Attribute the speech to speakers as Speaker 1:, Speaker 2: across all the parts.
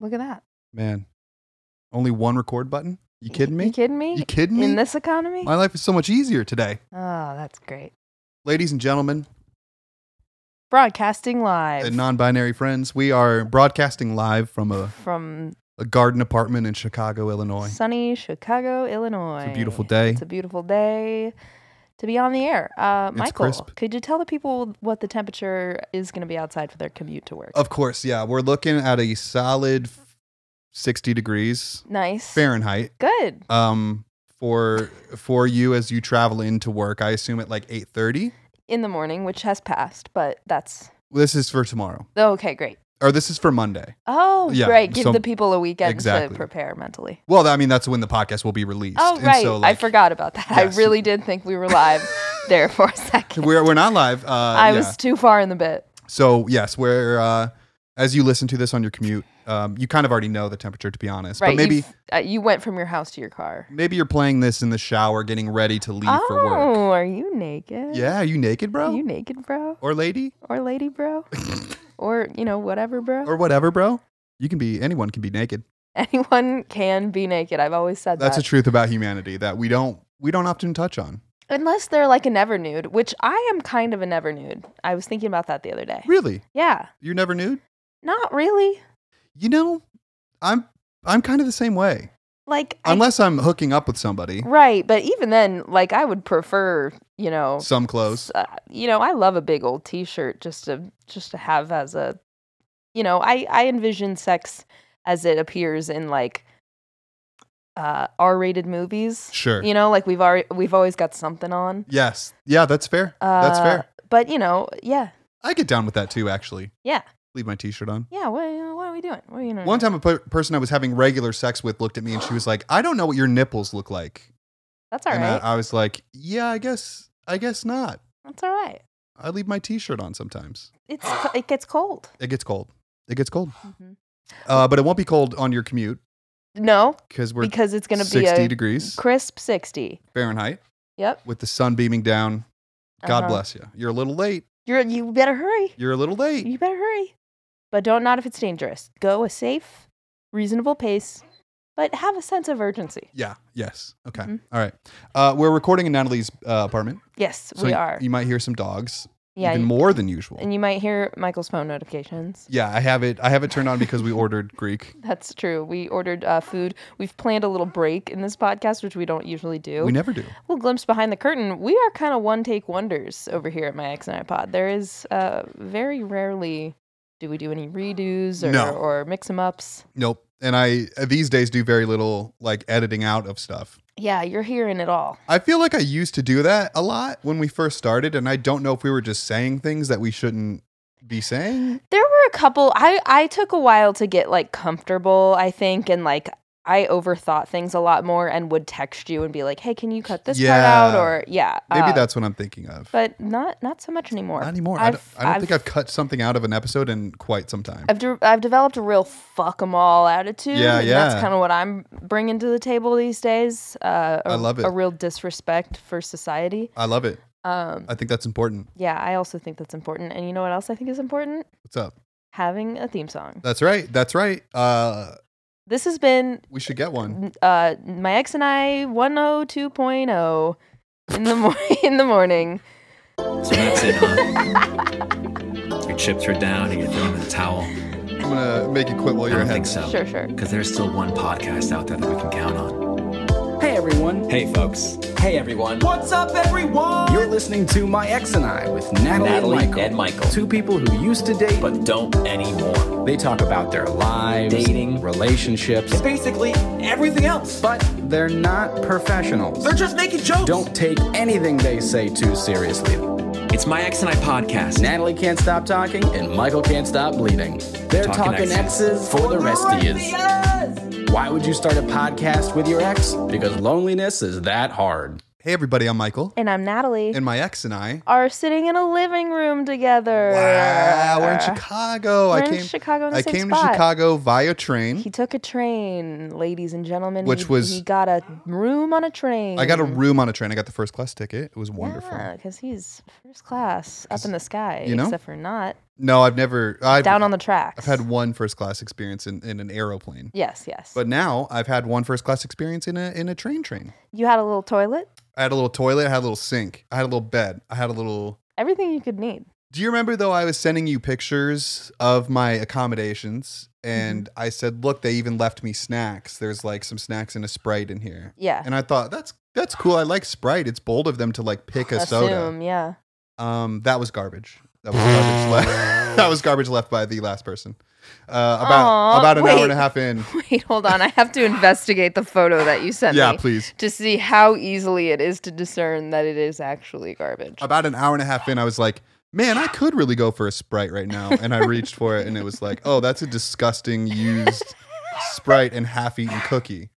Speaker 1: Look at that.
Speaker 2: Man, only one record button? You kidding me?
Speaker 1: You kidding me?
Speaker 2: You kidding me?
Speaker 1: In this economy?
Speaker 2: My life is so much easier today.
Speaker 1: Oh, that's great.
Speaker 2: Ladies and gentlemen,
Speaker 1: Broadcasting live
Speaker 2: and non binary friends, we are broadcasting live from a,
Speaker 1: from
Speaker 2: a garden apartment in Chicago, Illinois.
Speaker 1: sunny Chicago, Illinois.
Speaker 2: It's a beautiful day.
Speaker 1: It's a beautiful day to be on the air. Uh,
Speaker 2: It's
Speaker 1: Michael,
Speaker 2: crisp.
Speaker 1: could you tell the people what the temperature is going to be outside for their commute to work?
Speaker 2: Of course, yeah, we're looking at a solid 60 degrees
Speaker 1: nice.
Speaker 2: Fahrenheit.
Speaker 1: Good.
Speaker 2: um for for you as you travel into work i assume at like 8.30
Speaker 1: In the morning, which has passed, but that's
Speaker 2: this is for tomorrow
Speaker 1: okay. Great.
Speaker 2: or this is for monday
Speaker 1: Oh,
Speaker 2: Yeah,
Speaker 1: right. Give
Speaker 2: so-
Speaker 1: the people a weekend
Speaker 2: exactly.
Speaker 1: to prepare mentally.
Speaker 2: well i mean that's when the podcast will be released
Speaker 1: Oh,
Speaker 2: And
Speaker 1: right.
Speaker 2: so,
Speaker 1: I
Speaker 2: like,
Speaker 1: forgot about that.
Speaker 2: Yes.
Speaker 1: I really did think we were live there for a second.
Speaker 2: we're, we're not live uh
Speaker 1: I
Speaker 2: yeah.
Speaker 1: was too far in the bit.
Speaker 2: so yes we're uh as you listen to this on your commute um you kind of already know the temperature to be honest
Speaker 1: Right.
Speaker 2: but maybe
Speaker 1: you've- uh, you went from your house to your car.
Speaker 2: maybe you're playing this in the shower getting ready to leave
Speaker 1: oh,
Speaker 2: for work
Speaker 1: are you naked?
Speaker 2: yeah are you naked bro
Speaker 1: You naked, bro?
Speaker 2: or lady
Speaker 1: Or lady, bro? or, you know, whatever, bro?
Speaker 2: or whatever bro you can be anyone can be naked
Speaker 1: Anyone can be naked. I've always said
Speaker 2: that's a
Speaker 1: that.
Speaker 2: truth about humanity that we don't we don't often touch on
Speaker 1: Unless they're like a never nude, which I am kind of a never nude. I was thinking about that the other day.
Speaker 2: Really?
Speaker 1: Yeah.
Speaker 2: You're never nude?
Speaker 1: Not really.
Speaker 2: You know, I'm I'm kind of the same way.
Speaker 1: Like, I-
Speaker 2: Unless I'm hooking up with somebody.
Speaker 1: right. But even then, like, I would prefer, you know,
Speaker 2: Some clothes.
Speaker 1: Uh, you know, I love a big old T-shirt just to just to have as a, you know, I I envision sex as it appears in like uh R-rated movies.
Speaker 2: Sure.
Speaker 1: You know, like we've already we've always got something on.
Speaker 2: Yes. Yeah, that's fair. that's
Speaker 1: Uh,
Speaker 2: fair.
Speaker 1: But you know, yeah,
Speaker 2: I get down with that too, actually.
Speaker 1: Yeah. Hmm.
Speaker 2: Leave my t-shirt on.
Speaker 1: yeah. What, what are we doing? What are you doing?
Speaker 2: One time a per- person I was having regular sex with looked at me and she was like, "I don't know what your nipples look like."
Speaker 1: That's all
Speaker 2: and uh,
Speaker 1: right.
Speaker 2: I, I was like, "Yeah, I guess I guess not.
Speaker 1: That's all right.
Speaker 2: I leave my t-shirt on sometimes.
Speaker 1: It's
Speaker 2: uh,
Speaker 1: co- it gets cold.
Speaker 2: It gets cold. It gets cold.
Speaker 1: Mhm.
Speaker 2: Uh, but it won't be cold on your commute
Speaker 1: No,
Speaker 2: because we're
Speaker 1: because it's gonna be
Speaker 2: 60
Speaker 1: a
Speaker 2: degrees
Speaker 1: crisp sixty.
Speaker 2: Fahrenheit
Speaker 1: Yep.
Speaker 2: with the sun beaming down. God
Speaker 1: Uh-huh.
Speaker 2: bless you. You're a little late.
Speaker 1: You're you better hurry.
Speaker 2: You're a little late.
Speaker 1: you better hurry. But don't not if it's dangerous. Go a safe, reasonable pace, but have a sense of urgency.
Speaker 2: Yeah. Yes. Okay.
Speaker 1: Mhm.
Speaker 2: All right. Uh, we're recording in Natalie's uh, apartment.
Speaker 1: Yes,
Speaker 2: So
Speaker 1: we
Speaker 2: y-
Speaker 1: are.
Speaker 2: You might hear some dogs.
Speaker 1: yeah,
Speaker 2: Even
Speaker 1: you-
Speaker 2: more than usual.
Speaker 1: and you might hear Michael's phone notifications.
Speaker 2: yeah, I have it. I have it turned on because we ordered Greek.
Speaker 1: That's true. We ordered uh, food. We've planned a little break in this podcast, which we don't usually do.
Speaker 2: We never do.
Speaker 1: We'll glimpse behind the curtain. We are kind of one take wonders over here at my ex and iPod. There is uh, very rarely do we do any redos or,
Speaker 2: No.
Speaker 1: or mix them ups.
Speaker 2: Nope. And I uh, these days do very little like editing out of stuff.
Speaker 1: Yeah, you're hearing it all.
Speaker 2: I feel like I used to do that a lot when we first started, and I don't know if we were just saying things that we shouldn't be saying.
Speaker 1: There were a couple. I I took a while to get like comfortable. I think and like I overthought things a lot more and would text you and be like, "Hey, can you cut this part
Speaker 2: Yeah.
Speaker 1: out?" Or yeah,
Speaker 2: Maybe
Speaker 1: uh,
Speaker 2: that's what I'm thinking of.
Speaker 1: But not not so much anymore.
Speaker 2: Not anymore. I
Speaker 1: I've,
Speaker 2: don't, I don't
Speaker 1: I've,
Speaker 2: think I've cut something out of an episode in quite some time.
Speaker 1: I've, de- I've developed a real fuck 'em all attitude.
Speaker 2: Yeah,
Speaker 1: and
Speaker 2: yeah.
Speaker 1: That's kind of what I'm bringing to the table these days. Uh, a-
Speaker 2: I love it.
Speaker 1: A real disrespect for society.
Speaker 2: I love it.
Speaker 1: Um,
Speaker 2: I think that's important.
Speaker 1: yeah, I also think that's important. And you know what else I think is important?
Speaker 2: What's up?
Speaker 1: Having a theme song.
Speaker 2: That's right. That's right. Uh,
Speaker 1: This has been
Speaker 2: we should get one.
Speaker 1: n- uh, my ex and I 102.0 in the mor- in the morning.
Speaker 3: So that's it, huh? Your chips are down and you're throwing in the towel.
Speaker 2: I'm gonna make you quit while
Speaker 3: I
Speaker 2: you're
Speaker 3: don't
Speaker 2: ahead.
Speaker 3: think so.
Speaker 1: Sure, sure.
Speaker 3: Because there's still one podcast out there that we can count on.
Speaker 4: Hey everyone.
Speaker 3: Hey, folks. Hey, everyone.
Speaker 4: What's up everyone? You're listening to My Ex and I with Natalie,
Speaker 3: Natalie
Speaker 4: and, Michael.
Speaker 3: and Michael.
Speaker 4: Two people who used to date, but
Speaker 3: But don't anymore.
Speaker 4: they talk about their lives,
Speaker 3: Dating.
Speaker 4: relationships,
Speaker 3: Basically, everything else.
Speaker 4: but they're not professionals.
Speaker 3: just making jokes.
Speaker 4: Don't take anything they say too seriously.
Speaker 3: It's my ex and I podcast.
Speaker 4: Natalie can't stop talking and Michael can't stop bleeding. They're
Speaker 3: Talking
Speaker 4: talking,
Speaker 3: exes.
Speaker 4: exes for the rest of you. Why would you start a podcast with your ex? Because loneliness is that hard.
Speaker 2: Hey, everybody. I'm Michael,
Speaker 1: And I'm Natalie.
Speaker 2: and my ex and I.
Speaker 1: are sitting in a living room together.
Speaker 2: Wow, we're in Chicago.
Speaker 1: We're
Speaker 2: I
Speaker 1: in
Speaker 2: came.
Speaker 1: Chicago in the
Speaker 2: I
Speaker 1: same
Speaker 2: came to
Speaker 1: spot.
Speaker 2: Chicago via train.
Speaker 1: He took a train, ladies and gentlemen.
Speaker 2: Which
Speaker 1: He-
Speaker 2: was-
Speaker 1: he got a room on a train.
Speaker 2: I got a room on a train. I got the first class ticket. It was wonderful.
Speaker 1: Yeah, because he's first class up in the sky,
Speaker 2: you know?
Speaker 1: except for not.
Speaker 2: No, I've never. I've,
Speaker 1: down on the tracks.
Speaker 2: I've had one first class experience in, in an aeroplane,
Speaker 1: Yes, yes.
Speaker 2: but now I've had one first class experience in a in a train train.
Speaker 1: you had a little toilet.
Speaker 2: I had a little toilet. I had a little sink. I had a little bed. I had a little.
Speaker 1: Everything you could need.
Speaker 2: Do you remember though? I was sending you pictures of my accommodations, and
Speaker 1: Mm-hmm.
Speaker 2: I said, "Look, they even left me snacks. There's like some snacks and a sprite in here."
Speaker 1: Yeah.
Speaker 2: And I thought that's that's cool. I like Sprite. It's bold of them to like pick a soda.
Speaker 1: Assume, yeah.
Speaker 2: Um, that was garbage. That was garbage left. that was garbage left by the last person. Uh, about
Speaker 1: Aw,
Speaker 2: about an hour
Speaker 1: wait.
Speaker 2: and a half in.
Speaker 1: Wait, hold on. I have to investigate the photo that you sent
Speaker 2: Yeah,
Speaker 1: me
Speaker 2: please.
Speaker 1: to see how easily it is to discern that it is actually garbage.
Speaker 2: About an hour and a half in, I was like, man, I could really go for a Sprite right now. And I reached for it, and it was like, oh, that's a disgusting used Sprite and half-eaten cookie.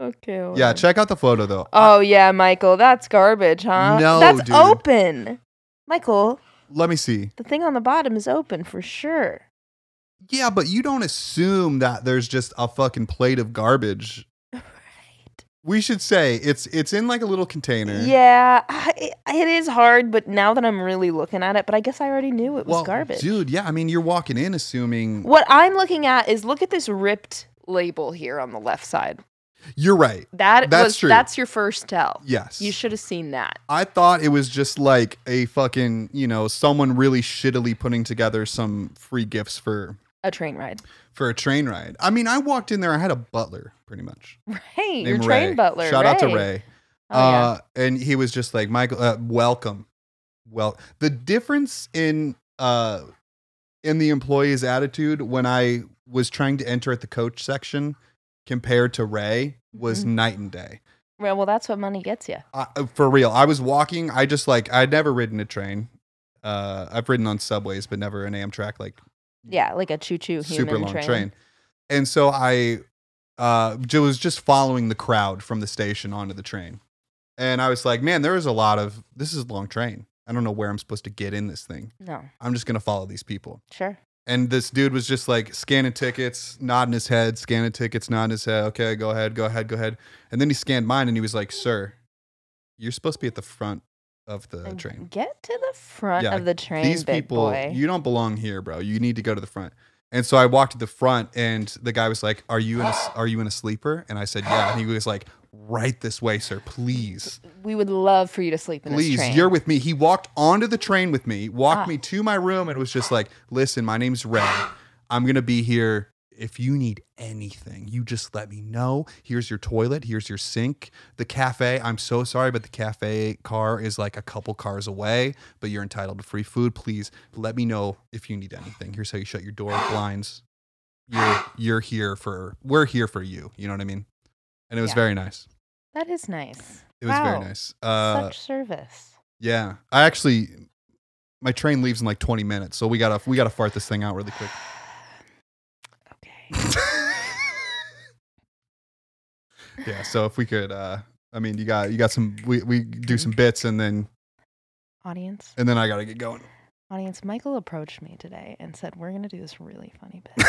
Speaker 1: okay. hold
Speaker 2: Yeah,
Speaker 1: on.
Speaker 2: check out the photo though.
Speaker 1: Oh yeah, Michael, that's garbage, huh?
Speaker 2: No,
Speaker 1: that's
Speaker 2: dude.
Speaker 1: open. Michael,
Speaker 2: Let me see.
Speaker 1: the thing on the bottom is open for sure.
Speaker 2: Yeah, but you don't assume that there's just a fucking plate of garbage.
Speaker 1: Right.
Speaker 2: We should say it's it's in like a little container.
Speaker 1: Yeah, I, it is hard, but now that I'm really looking at it, but I guess I already knew it was
Speaker 2: well,
Speaker 1: garbage.
Speaker 2: Dude, yeah, I mean you're walking in assuming
Speaker 1: What I'm looking at is look at this ripped label here on the left side.
Speaker 2: you're right.
Speaker 1: That
Speaker 2: That's
Speaker 1: was
Speaker 2: true.
Speaker 1: that's your first tell.
Speaker 2: Yes.
Speaker 1: You should have seen that.
Speaker 2: I thought it was just like a fucking, you know, someone really shittily putting together some free gifts for
Speaker 1: A train ride.
Speaker 2: for a train ride. I mean, I walked in there, I had a butler, pretty much.
Speaker 1: Hey, your
Speaker 2: named
Speaker 1: train
Speaker 2: Ray.
Speaker 1: butler.
Speaker 2: Shout out to Ray.
Speaker 1: Oh, yeah.
Speaker 2: uh, And he was just like, Michael, uh, welcome. Well, the difference in uh, in the employee's attitude when I was trying to enter at the coach section compared to Ray was
Speaker 1: Mhm.
Speaker 2: night and day.
Speaker 1: Well, well, that's what money gets you.
Speaker 2: I, uh, for real, I was walking. I just like I'd never ridden a train. Uh, I've ridden on subways, but never an Amtrak like
Speaker 1: Yeah, like a choo choo human
Speaker 2: super long train. And so I uh, j- was just following the crowd from the station onto the train. And I was like, man, there is a lot of this is a long train. I don't know where I'm supposed to get in this thing.
Speaker 1: No,
Speaker 2: I'm just going to follow these people.
Speaker 1: sure.
Speaker 2: And this dude was just like scanning tickets, nodding his head, scanning tickets, nodding his head. Okay, go ahead, go ahead, go ahead. And then he scanned mine and he was like, sir, you're supposed to be at the front of the train.
Speaker 1: Get to the front
Speaker 2: Yeah,
Speaker 1: of the train,
Speaker 2: These
Speaker 1: big
Speaker 2: people,
Speaker 1: boy.
Speaker 2: you don't belong here, bro. You need to go to the front. And so I walked to the front, and the guy was like, "Are you in a Are you in a sleeper?" And I said, "Yeah." And he was like, "Right this way, sir, please,
Speaker 1: we would love for you to sleep in this
Speaker 2: please.
Speaker 1: train.
Speaker 2: You're with me." He walked onto the train with me, walked
Speaker 1: Ah.
Speaker 2: me to my room, and was just like, "Listen, my name's Red. I'm gonna be here." If you need anything, you just let me know. Here's your toilet. Here's your sink. The cafe, I'm so sorry, but the cafe car is like a couple cars away, but you're entitled to free food. Please let me know if you need anything. Here's how you shut your door, blinds. You're you're here for we're here for you. You know what I mean? And it was
Speaker 1: Yeah.
Speaker 2: very nice.
Speaker 1: That is nice.
Speaker 2: It was very
Speaker 1: Wow.
Speaker 2: nice. Uh
Speaker 1: Such service.
Speaker 2: yeah. I actually my train leaves in like 20 minutes, so we gotta we gotta fart this thing out really quick.
Speaker 1: Okay.
Speaker 2: Yeah. So if we could uh I mean you got you got some we, we do
Speaker 1: Mm-hmm.
Speaker 2: some bits and then
Speaker 1: Audience,
Speaker 2: and then I gotta get going.
Speaker 1: audience, Michael approached me today and said, We're going to do this really funny bit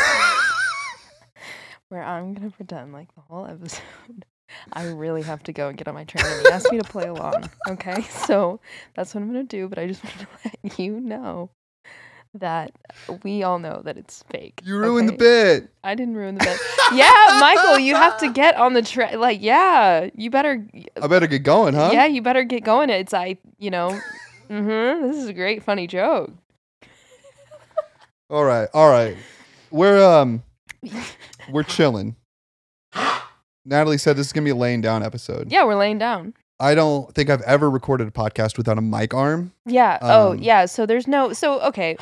Speaker 1: where I'm going to pretend like the whole episode. I really have to go and get on my train. And he asked me to play along. Okay. So that's what I'm going to do. But I just wanted to let you know that we all know that it's fake.
Speaker 2: You ruined
Speaker 1: okay?
Speaker 2: the bit.
Speaker 1: I didn't ruin the bit. yeah, Michael, you have to get on the train. Like, yeah, you better.
Speaker 2: I better get going, huh?
Speaker 1: Yeah, you better get going. It's I, you know. hmm This is a great funny joke.
Speaker 2: All right, all right. We're um, we're chilling. Natalie said this is gonna be a laying down episode.
Speaker 1: Yeah, we're laying down.
Speaker 2: I don't think I've ever recorded a podcast without a mic arm.
Speaker 1: Yeah. oh,
Speaker 2: Um,
Speaker 1: yeah. So there's no. So okay,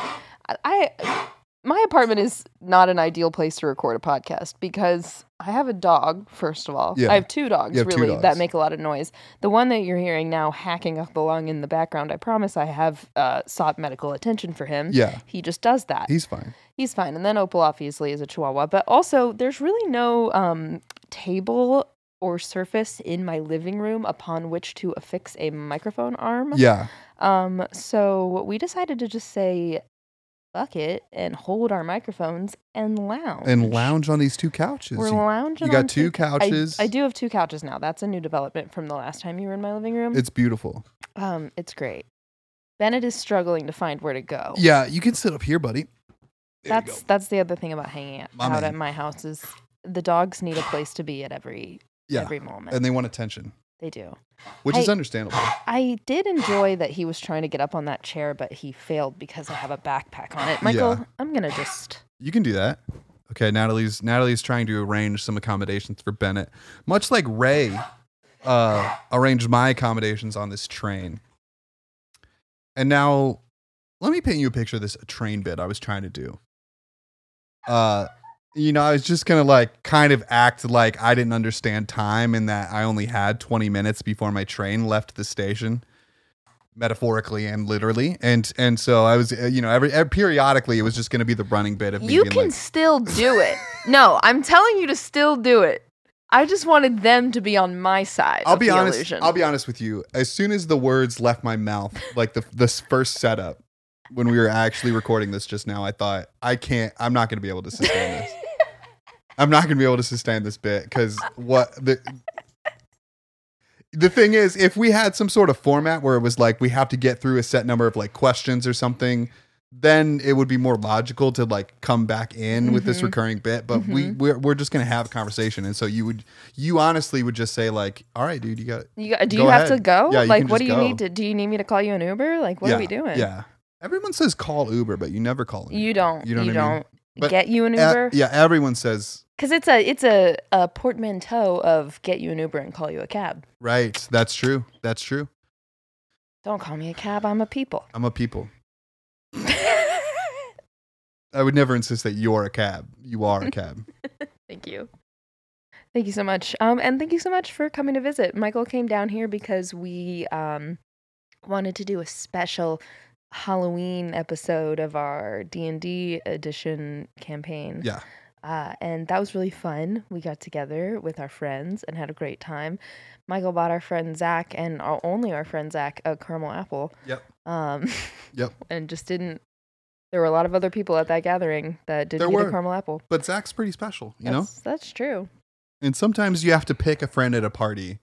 Speaker 1: I- I my apartment is not an ideal place to record a podcast because I have a dog. First of all,
Speaker 2: Yeah.
Speaker 1: I have two dogs
Speaker 2: You have two
Speaker 1: really
Speaker 2: dogs.
Speaker 1: that make a lot of noise. The one that you're hearing now hacking up the lung in the background. I promise I have uh, sought medical attention for him.
Speaker 2: Yeah,
Speaker 1: He just does that.
Speaker 2: he's fine.
Speaker 1: he's fine. And then Opal obviously is a chihuahua, but also there's really no um, table or surface in my living room upon which to affix a microphone arm.
Speaker 2: Yeah,
Speaker 1: Um, so we decided to just say fuck it and hold our microphones and lounge.
Speaker 2: and lounge on these two couches.
Speaker 1: We're
Speaker 2: You,
Speaker 1: lounging.
Speaker 2: you got
Speaker 1: on
Speaker 2: two
Speaker 1: I-
Speaker 2: couches.
Speaker 1: I, do have two couches now. That's a new development from the last time you were in my living room.
Speaker 2: It's beautiful.
Speaker 1: um, it's great. Bennett is struggling to find where to go.
Speaker 2: Yeah, you can sit up here, buddy. There you
Speaker 1: Oh.
Speaker 2: go.
Speaker 1: that's that's the other thing about hanging out,
Speaker 2: My
Speaker 1: out
Speaker 2: man.
Speaker 1: at my house is the dogs need a place to be at every
Speaker 2: yeah,
Speaker 1: every moment.
Speaker 2: and they want attention,
Speaker 1: they do.
Speaker 2: which is
Speaker 1: Hey.
Speaker 2: understandable.
Speaker 1: I did enjoy that he was trying to get up on that chair, but he failed because I have a backpack on it. Michael,
Speaker 2: Yeah.
Speaker 1: I'm gonna just
Speaker 2: You can do that. Okay, Natalie's Natalie's trying to arrange some accommodations for Bennett, much like Ray uh, arranged my accommodations on this train. And now, let me paint you a picture of this train bit I was trying to do. Uh, you know, I was just gonna like kind of act like I didn't understand time and that I only had 20 minutes before my train left the station metaphorically and literally and and so i was uh, you know every, every periodically it was just going to be the running bit of me
Speaker 1: You
Speaker 2: being
Speaker 1: can
Speaker 2: like
Speaker 1: still do it. No, I'm telling you to still do it. I just wanted them to be on my side.
Speaker 2: I'll
Speaker 1: of
Speaker 2: be
Speaker 1: the
Speaker 2: honest.
Speaker 1: illusion.
Speaker 2: I'll be honest with you. As soon as the words left my mouth, like the this first setup, when we were actually recording this just now, I thought I can't. I'm not going to be able to sustain this. I'm not going to be able to sustain this bit because what the. The thing is, if we had some sort of format where it was like we have to get through a set number of like questions or something, then it would be more logical to like come back in with this
Speaker 1: Mhm.
Speaker 2: recurring bit. But we
Speaker 1: Mm-hmm.
Speaker 2: we're, we're just gonna have a conversation, and so you would you honestly would just say like, "All right, dude, you got
Speaker 1: You got, do
Speaker 2: Go
Speaker 1: you have
Speaker 2: ahead.
Speaker 1: to go?
Speaker 2: Yeah, you
Speaker 1: like,
Speaker 2: can
Speaker 1: what do
Speaker 2: just
Speaker 1: you
Speaker 2: go.
Speaker 1: need to? Do you need me to call you an Uber? Like, what
Speaker 2: yeah,
Speaker 1: are we doing?
Speaker 2: Yeah, everyone says call Uber, but you never call. An
Speaker 1: You
Speaker 2: Uber.
Speaker 1: don't. You,
Speaker 2: know what I
Speaker 1: don't
Speaker 2: mean? But
Speaker 1: get you an
Speaker 2: E-
Speaker 1: Uber
Speaker 2: yeah, everyone says
Speaker 1: because it's a it's a, a portmanteau of get you an Uber and call you a cab.
Speaker 2: right. That's true. That's true.
Speaker 1: Don't call me a cab. I'm a people.
Speaker 2: I'm a people. I would never insist that you're a cab. You are a cab.
Speaker 1: Thank you. Thank you so much. Um, and thank you so much for coming to visit. Michael came down here because we um, wanted to do a special Halloween episode of our D and D edition campaign.
Speaker 2: Yeah.
Speaker 1: Uh, and that was really fun. We got together with our friends and had a great time. Michael bought our friend Zach and our, only our friend Zach a caramel apple.
Speaker 2: Yep.
Speaker 1: Um,
Speaker 2: Yep.
Speaker 1: And just didn't. There were a lot of other people at that gathering that didn't
Speaker 2: There
Speaker 1: get
Speaker 2: were.
Speaker 1: a caramel apple.
Speaker 2: But Zach's pretty special, you know.
Speaker 1: that's, that's true.
Speaker 2: And sometimes you have to pick a friend at a party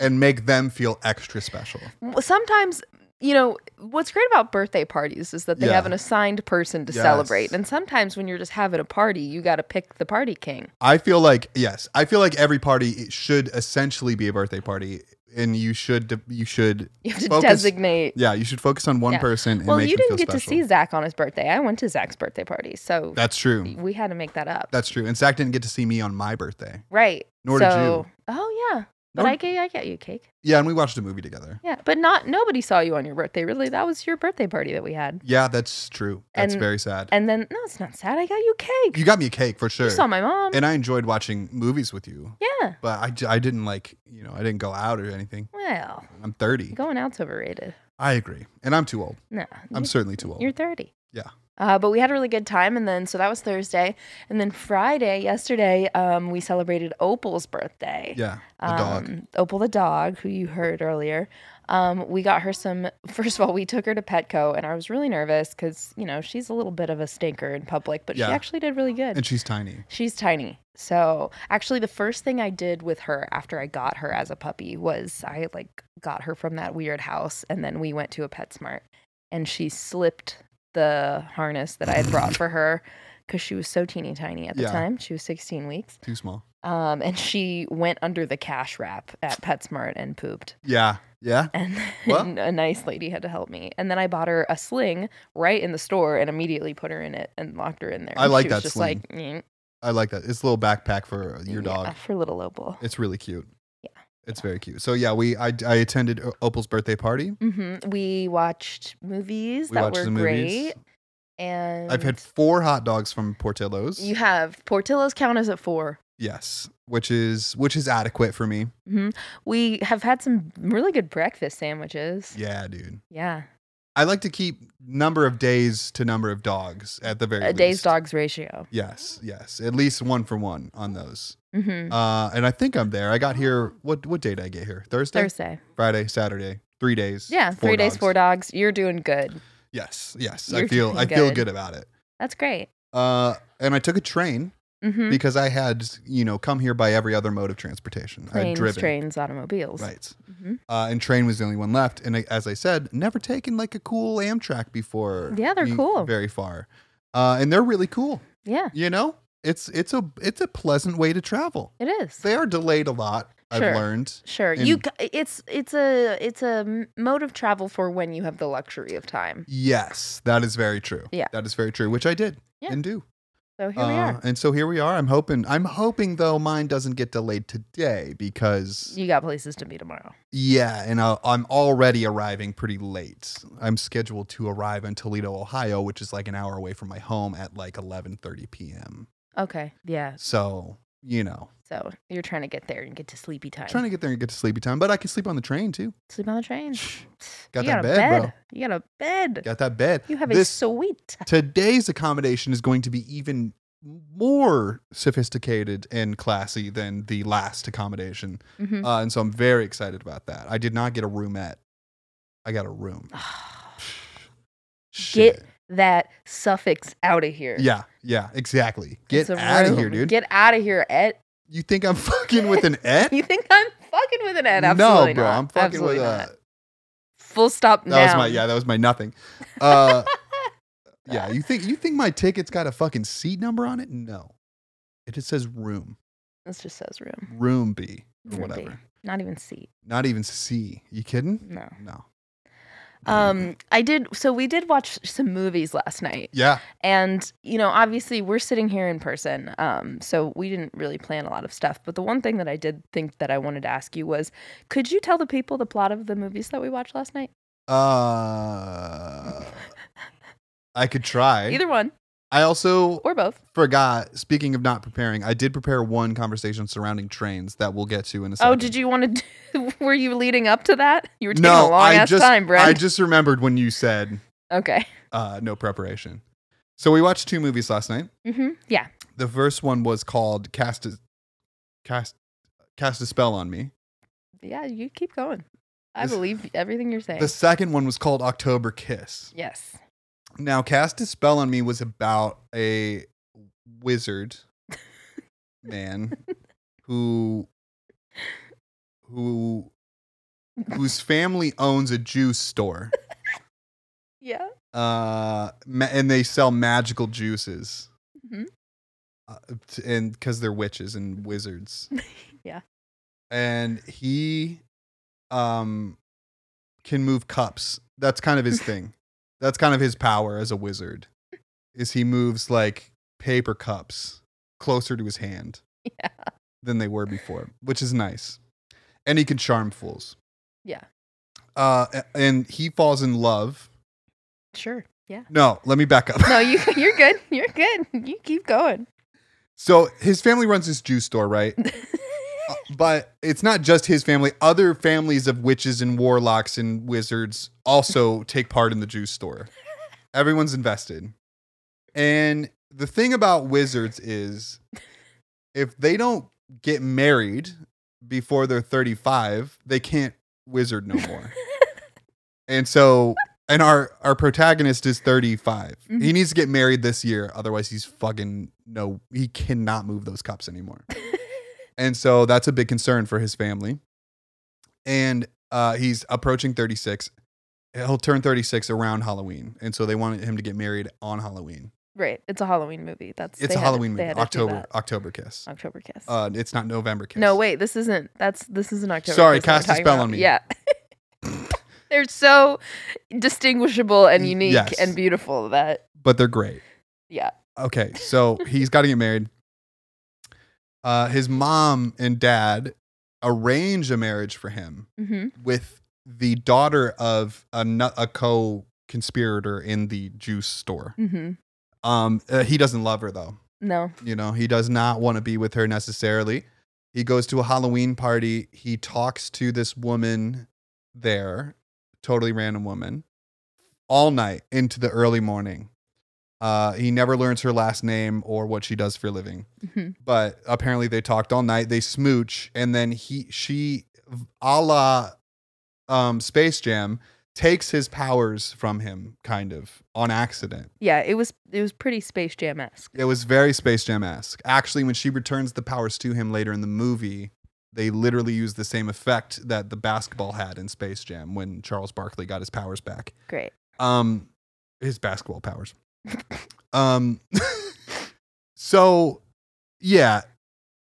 Speaker 2: and make them feel extra special.
Speaker 1: Well, Sometimes, you know, what's great about birthday parties is that they
Speaker 2: Yeah.
Speaker 1: have an assigned person to
Speaker 2: Yes.
Speaker 1: celebrate. And sometimes when you're just having a party, you got to pick the party king.
Speaker 2: I feel like yes, I feel like every party should essentially be a birthday party, and you should you should
Speaker 1: You have to
Speaker 2: Focus-
Speaker 1: designate.
Speaker 2: yeah you should focus on one
Speaker 1: Yeah.
Speaker 2: person. And
Speaker 1: well,
Speaker 2: make
Speaker 1: you
Speaker 2: them
Speaker 1: didn't
Speaker 2: feel
Speaker 1: get
Speaker 2: special.
Speaker 1: to see Zach on his birthday. I went to Zach's birthday party, so
Speaker 2: That's true.
Speaker 1: we had to make that up.
Speaker 2: That's true. And Zach didn't get to see me on my birthday.
Speaker 1: right.
Speaker 2: Nor did
Speaker 1: so,
Speaker 2: you.
Speaker 1: Oh yeah, but
Speaker 2: Nor-
Speaker 1: I gave I got you cake.
Speaker 2: Yeah, and we watched a movie together.
Speaker 1: Yeah, but not nobody saw you on your birthday. Really, that was your birthday party that we had.
Speaker 2: Yeah, that's true. That's
Speaker 1: And-
Speaker 2: very sad.
Speaker 1: And then no, it's not sad. I got you cake.
Speaker 2: you got me a cake for sure.
Speaker 1: You saw my mom.
Speaker 2: and I enjoyed watching movies with you,
Speaker 1: yeah.
Speaker 2: but I, j- I didn't like, you know, I didn't go out or anything.
Speaker 1: Well,
Speaker 2: I'm 30.
Speaker 1: going out's overrated.
Speaker 2: I agree. And I'm too old.
Speaker 1: No,
Speaker 2: I'm certainly too old.
Speaker 1: You're 30.
Speaker 2: Yeah.
Speaker 1: Uh, but we had a really good time. And then, so that was Thursday. And then Friday, yesterday, um, we celebrated Opal's birthday.
Speaker 2: yeah, the dog.
Speaker 1: Um, Opal the dog, who you heard earlier. Um, we got her some, first of all, we took her to Petco. And I was really nervous because, you know, she's a little bit of a stinker in public, but
Speaker 2: Yeah.
Speaker 1: she actually did really good.
Speaker 2: And she's tiny.
Speaker 1: She's tiny. So actually, the first thing I did with her after I got her as a puppy was I like got her from that weird house, and then we went to a PetSmart, and she slipped the harness that I had brought for her because she was so teeny tiny at the
Speaker 2: Yeah.
Speaker 1: time. She was 16 weeks,
Speaker 2: Too small.
Speaker 1: um, and she went under the cash wrap at PetSmart and pooped.
Speaker 2: Yeah. Yeah.
Speaker 1: And
Speaker 2: What?
Speaker 1: then a nice lady had to help me. And then I bought her a sling right in the store and immediately put her in it and locked her in there.
Speaker 2: I
Speaker 1: And
Speaker 2: like
Speaker 1: she was
Speaker 2: that
Speaker 1: just
Speaker 2: sling.
Speaker 1: like, "Mm,
Speaker 2: I like that. It's a little backpack for your
Speaker 1: yeah,
Speaker 2: dog.
Speaker 1: for little Opal.
Speaker 2: It's really cute.
Speaker 1: Yeah.
Speaker 2: It's very cute. So yeah, we I, I attended Opal's birthday party.
Speaker 1: hmm We watched movies
Speaker 2: We
Speaker 1: that
Speaker 2: watched
Speaker 1: were
Speaker 2: the movies.
Speaker 1: great, and
Speaker 2: I've had four hot dogs from Portillo's.
Speaker 1: You have Portillo's counters at four.
Speaker 2: yes, which is which is adequate for me.
Speaker 1: hmm We have had some really good breakfast sandwiches.
Speaker 2: Yeah, dude.
Speaker 1: Yeah,
Speaker 2: I like to keep number of days to number of dogs at the very
Speaker 1: a day's
Speaker 2: least.
Speaker 1: dogs ratio.
Speaker 2: Yes, yes, at least one for one on those.
Speaker 1: hmm
Speaker 2: Uh, and I think I'm there. I got here. What what day did I get here? Thursday,
Speaker 1: Thursday.
Speaker 2: Friday, Saturday. Three days.
Speaker 1: Yeah,
Speaker 2: four
Speaker 1: three days,
Speaker 2: dogs.
Speaker 1: four dogs. You're doing good.
Speaker 2: Yes, yes. I
Speaker 1: You're
Speaker 2: feel
Speaker 1: doing
Speaker 2: I feel
Speaker 1: good.
Speaker 2: good about it.
Speaker 1: That's great.
Speaker 2: Uh, and I took a train
Speaker 1: hmm
Speaker 2: because I had, you know, come here by every other mode of transportation. I had
Speaker 1: Planes,
Speaker 2: uh, driven.
Speaker 1: trains, automobiles.
Speaker 2: Right.
Speaker 1: hmm
Speaker 2: Uh, and train was the only one left. And I- as I said, never taken like a cool Amtrak before.
Speaker 1: Yeah, they're
Speaker 2: you-
Speaker 1: cool.
Speaker 2: Very far. Uh, and they're really cool.
Speaker 1: Yeah,
Speaker 2: You know, it's it's a it's a pleasant way to travel.
Speaker 1: it is.
Speaker 2: They are delayed a lot.
Speaker 1: Sure.
Speaker 2: I've learned.
Speaker 1: Sure, you.
Speaker 2: And-
Speaker 1: ca- It's it's a it's a m- mode of travel for when you have the luxury of time.
Speaker 2: Yes, that is very true.
Speaker 1: Yeah.
Speaker 2: that is very true. Which I did
Speaker 1: Yeah.
Speaker 2: and do.
Speaker 1: So here we
Speaker 2: Uh,
Speaker 1: are.
Speaker 2: And so here we are. I'm hoping. I'm hoping though mine doesn't get delayed today because
Speaker 1: You got places to be tomorrow.
Speaker 2: yeah, and i I'm already arriving pretty late. I'm scheduled to arrive in Toledo, Ohio, which is like an hour away from my home at like 11:30 p.m.
Speaker 1: Okay. Yeah.
Speaker 2: So you know,
Speaker 1: So you're trying to get there and get to sleepy time.
Speaker 2: trying to get there and get to sleepy time, but I can sleep on the train too.
Speaker 1: sleep on the train. you
Speaker 2: Got that
Speaker 1: got a
Speaker 2: bed, bro.
Speaker 1: You got a bed.
Speaker 2: Got that bed.
Speaker 1: you have
Speaker 2: this
Speaker 1: a suite.
Speaker 2: today's accommodation is going to be even more sophisticated and classy than the last accommodation.
Speaker 1: Mhm.
Speaker 2: Uh, and so I'm very excited about that. I did not get a roomette. I got a room.
Speaker 1: Get
Speaker 2: Shit.
Speaker 1: that suffix out of here.
Speaker 2: Yeah, yeah, exactly.
Speaker 1: It's
Speaker 2: Get
Speaker 1: a
Speaker 2: out of
Speaker 1: room.
Speaker 2: here, dude.
Speaker 1: Get out of here, Ed.
Speaker 2: you think I'm fucking with an et?
Speaker 1: You think I'm fucking with an Ed?
Speaker 2: no,
Speaker 1: Absolutely
Speaker 2: bro.
Speaker 1: not.
Speaker 2: I'm fucking
Speaker 1: Absolutely
Speaker 2: with a.
Speaker 1: not. Full stop
Speaker 2: That
Speaker 1: now.
Speaker 2: was my yeah. That was my nothing. Uh, yeah. You think you think my ticket's got a fucking seat number on it? No, it just says room,
Speaker 1: This just says room.
Speaker 2: room B or
Speaker 1: Room B.
Speaker 2: whatever.
Speaker 1: Not even seat.
Speaker 2: Not even C. You kidding?
Speaker 1: No.
Speaker 2: No.
Speaker 1: Mm. Um, I did. So we did watch some movies last night.
Speaker 2: Yeah.
Speaker 1: And, you know, obviously we're sitting here in person. Um, so we didn't really plan a lot of stuff. But the one thing that I did think that I wanted to ask you was could you tell the people the plot of the movies that we watched last night?
Speaker 2: Uh, I could try.
Speaker 1: Either one
Speaker 2: I also
Speaker 1: or both.
Speaker 2: forgot. Speaking of not preparing, I did prepare one conversation surrounding trains that we'll get to in a second.
Speaker 1: Oh, did you want to? Do, were you leading up to that? You were taking
Speaker 2: No,
Speaker 1: a long
Speaker 2: I
Speaker 1: ass
Speaker 2: just
Speaker 1: time, Brent.
Speaker 2: I just remembered when you said
Speaker 1: okay.
Speaker 2: uh, no preparation. So we watched two movies last night.
Speaker 1: hmm Yeah.
Speaker 2: The first one was called Cast a Cast Cast a Spell on Me.
Speaker 1: Yeah. You keep going. I
Speaker 2: This-
Speaker 1: believe everything you're saying.
Speaker 2: The second one was called October Kiss.
Speaker 1: yes.
Speaker 2: Now, Cast a Spell on Me was about a wizard man who who whose family owns a juice store.
Speaker 1: Yeah.
Speaker 2: Uh ma- and they sell magical juices.
Speaker 1: Mhm.
Speaker 2: Uh, t- and cuz they're witches and wizards.
Speaker 1: Yeah.
Speaker 2: And he um can move cups. That's kind of his thing. That's kind of his power as a wizard. Is he moves like paper cups closer to his hand
Speaker 1: Yeah.
Speaker 2: than they were before, which is nice. And he can charm fools.
Speaker 1: Yeah.
Speaker 2: Uh a- and he falls in love.
Speaker 1: Sure. Yeah.
Speaker 2: No, let me back up.
Speaker 1: No, you you're good. You're good. You keep going.
Speaker 2: So his family runs this juice store, right? Uh, but it's not just his family. Other families of witches and warlocks and wizards also take part in the juice store. Everyone's invested. And the thing about wizards is if they don't get married before they're 35, they can't wizard no more. and so and our our protagonist is 35. He
Speaker 1: Mhm.
Speaker 2: needs to get married this year otherwise he's fucking no he cannot move those cups anymore. And so that's a big concern for his family. And uh, he's approaching 36. He'll turn 36 around Halloween. And so they wanted him to get married on Halloween.
Speaker 1: Right. It's a Halloween movie. That's
Speaker 2: It's
Speaker 1: they
Speaker 2: a
Speaker 1: had-
Speaker 2: Halloween
Speaker 1: they
Speaker 2: movie.
Speaker 1: had to do
Speaker 2: October
Speaker 1: that.
Speaker 2: October Kiss.
Speaker 1: October Kiss.
Speaker 2: Uh, it's not November Kiss.
Speaker 1: no, wait. This isn't. That's this isn't October.
Speaker 2: Sorry,
Speaker 1: Kiss that we're
Speaker 2: cast a
Speaker 1: talking
Speaker 2: spell
Speaker 1: about.
Speaker 2: on me.
Speaker 1: Yeah. They're so distinguishable and
Speaker 2: Y-
Speaker 1: unique
Speaker 2: yes.
Speaker 1: and beautiful that
Speaker 2: But they're great.
Speaker 1: yeah.
Speaker 2: Okay, so he's got to get married. Uh, his mom and dad arrange a marriage for him
Speaker 1: hmm
Speaker 2: with the daughter of a, nu- a co-conspirator in the juice store.
Speaker 1: hmm
Speaker 2: Um, uh, he doesn't love her though.
Speaker 1: No.
Speaker 2: You know, he does not want to be with her necessarily. He goes to a Halloween party. He talks to this woman there, totally random woman, all night into the early morning. Uh, he never learns her last name or what she does for a living
Speaker 1: hmm
Speaker 2: but apparently they talked all night. They smooch, and then he, she, a la um, Space Jam, takes his powers from him, kind of on accident.
Speaker 1: Yeah, it was it was pretty Space Jam esque.
Speaker 2: It was very Space Jam esque. Actually, when she returns the powers to him later in the movie, they literally use the same effect that the basketball had in Space Jam when Charles Barkley got his powers back.
Speaker 1: Great.
Speaker 2: Um, his basketball powers. um, so yeah,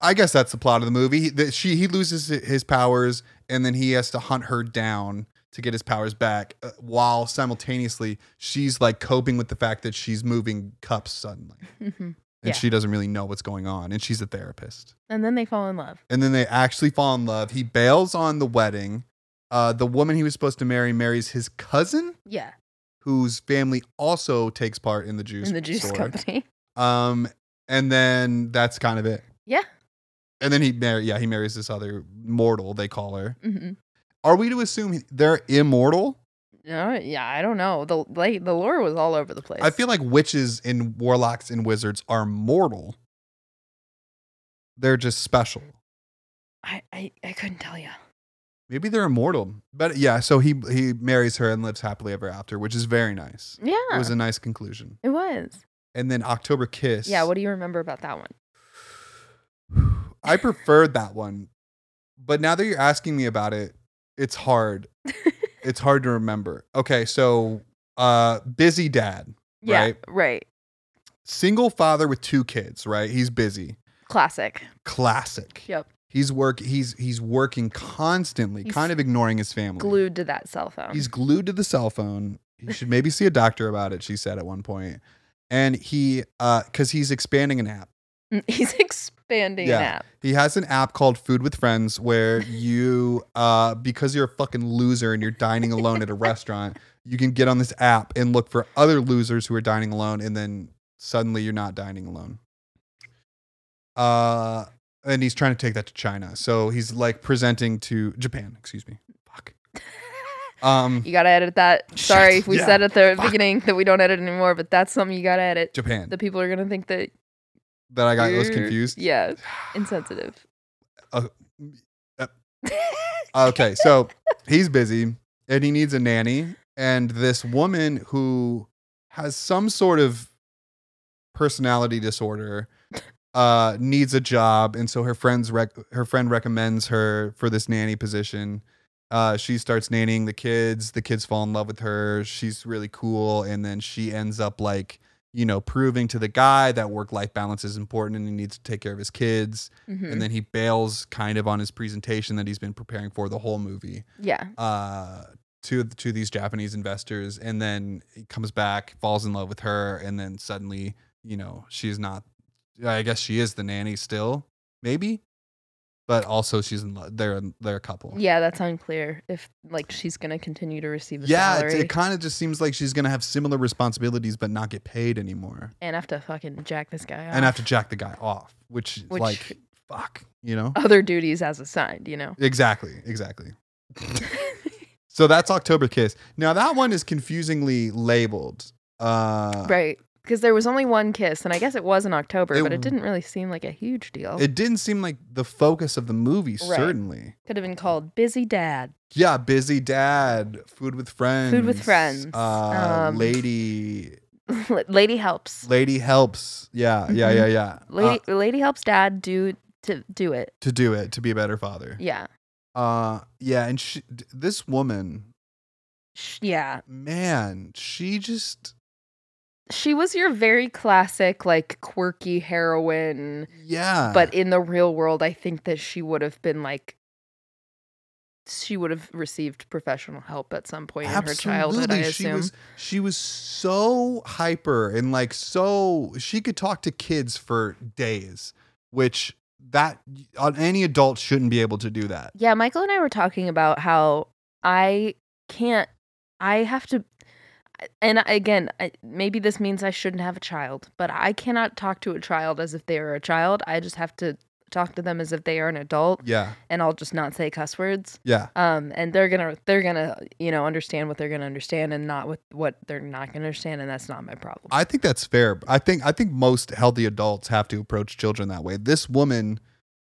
Speaker 2: I guess that's the plot of the movie. He, that she he loses his powers, and then he has to hunt her down to get his powers back, uh, while simultaneously she's like coping with the fact that she's moving cups suddenly,
Speaker 1: hmm
Speaker 2: and
Speaker 1: Yeah.
Speaker 2: she doesn't really know what's going on, and she's a therapist.
Speaker 1: And then they fall in love.
Speaker 2: And then they actually fall in love. He bails on the wedding. Uh, the woman he was supposed to marry marries his cousin,
Speaker 1: Yeah,
Speaker 2: whose family also takes part in the juice
Speaker 1: in the juice
Speaker 2: store.
Speaker 1: company.
Speaker 2: Um, and then that's kind of it.
Speaker 1: Yeah.
Speaker 2: And then he marry yeah, he marries this other mortal, they call her.
Speaker 1: hmm
Speaker 2: Are we to assume they're immortal?
Speaker 1: No, yeah, I don't know. The like, the lore was all over the place.
Speaker 2: I feel like witches and warlocks and wizards are mortal. They're just special.
Speaker 1: I, I, I couldn't tell you.
Speaker 2: Maybe they're immortal. But yeah, so he he marries her and lives happily ever after, which is very nice.
Speaker 1: Yeah,
Speaker 2: It was a nice conclusion.
Speaker 1: it was.
Speaker 2: And then October Kiss.
Speaker 1: Yeah, what do you remember about that one?
Speaker 2: I preferred that one. But now that you're asking me about it, it's hard. it's hard to remember. Okay, so uh busy dad,
Speaker 1: Yeah,
Speaker 2: Right.
Speaker 1: right.
Speaker 2: single father with two kids, right? He's busy.
Speaker 1: Classic.
Speaker 2: Classic.
Speaker 1: Yep.
Speaker 2: He's work he's he's working constantly,
Speaker 1: He's
Speaker 2: kind of ignoring his family.
Speaker 1: Glued to that cell phone.
Speaker 2: He's glued to the cell phone. He should maybe see a doctor about it, she said at one point. And he uh cuz he's expanding an app.
Speaker 1: He's expanding
Speaker 2: Yeah.
Speaker 1: an app.
Speaker 2: He has an app called Food with Friends where you, uh, because you're a fucking loser and you're dining alone at a restaurant, you can get on this app and look for other losers who are dining alone, and then suddenly you're not dining alone. Uh, and he's trying to take that to China, so he's like presenting to Japan. Excuse me. Fuck. Um,
Speaker 1: You gotta edit that. Sorry
Speaker 2: Shit,
Speaker 1: if we
Speaker 2: yeah.
Speaker 1: said at the
Speaker 2: Fuck.
Speaker 1: beginning that we don't edit anymore, but that's something you gotta edit.
Speaker 2: Japan.
Speaker 1: The people are gonna think that
Speaker 2: that I got was
Speaker 1: you're-
Speaker 2: confused. Uh,
Speaker 1: Yeah, insensitive.
Speaker 2: Okay, so he's busy and he needs a nanny. And this woman who has some sort of personality disorder uh, needs a job, and so her friends rec- her friend recommends her for this nanny position. Uh, she starts nannying the kids. The kids fall in love with her. She's really cool, and then she ends up like you know proving to the guy that work life balance is important and he needs to take care of his kids
Speaker 1: Mhm.
Speaker 2: and then he bails kind of on his presentation that he's been preparing for the whole movie
Speaker 1: yeah,
Speaker 2: uh, to to these Japanese investors, and then he comes back, falls in love with her, and then suddenly, you know, she's not. I guess she is the nanny still, maybe, but also she's in love. They're they're a couple.
Speaker 1: yeah, that's unclear if like she's gonna continue to receive the
Speaker 2: Yeah, it's,
Speaker 1: salary
Speaker 2: it kind of just seems like she's gonna have similar responsibilities but not get paid anymore,
Speaker 1: and have to fucking jack this guy off.
Speaker 2: and have to jack the guy off, which, is
Speaker 1: Which- Oh.
Speaker 2: like fuck, you know.
Speaker 1: other duties as assigned, you know.
Speaker 2: Exactly, exactly. So that's October Kiss. Now that one is confusingly labeled. Uh,
Speaker 1: right. Because there was only one kiss, and I guess it was in October,
Speaker 2: It
Speaker 1: but it
Speaker 2: w-
Speaker 1: didn't really seem like a huge deal.
Speaker 2: It didn't seem like the focus of the movie.
Speaker 1: Right.
Speaker 2: Certainly.
Speaker 1: Could have been called Busy Dad.
Speaker 2: Yeah, busy dad, food with friends,
Speaker 1: Food with friends,
Speaker 2: uh,
Speaker 1: um,
Speaker 2: lady,
Speaker 1: Lady helps.
Speaker 2: lady helps. Yeah, yeah,
Speaker 1: Mhm.
Speaker 2: yeah, yeah. Uh,
Speaker 1: Lady, lady helps dad do to do it.
Speaker 2: to do it, to be a better father.
Speaker 1: Yeah.
Speaker 2: Uh, yeah, and she, d- this woman,
Speaker 1: Sh- Yeah.
Speaker 2: man, she just,
Speaker 1: She was your very classic like quirky heroine,
Speaker 2: yeah,
Speaker 1: but in the real world I think that she would have been like she would have received professional help at some point in her childhood, I
Speaker 2: Absolutely.
Speaker 1: assume.
Speaker 2: She was she was so hyper and like so she could talk to kids for days, which that on any adult shouldn't be able to do that.
Speaker 1: Yeah, Michael and I were talking about how I can't, I have to, and again, I, maybe this means I shouldn't have a child, but I cannot talk to a child as if they are a child. I just have to talk to them as if they are an adult,
Speaker 2: Yeah.
Speaker 1: and I'll just not say cuss words.
Speaker 2: Yeah.
Speaker 1: Um, and they're gonna, they're gonna, you know, understand what they're gonna understand and not what what they're not gonna understand, and that's not my problem.
Speaker 2: I think that's fair. I think I think most healthy adults have to approach children that way. This woman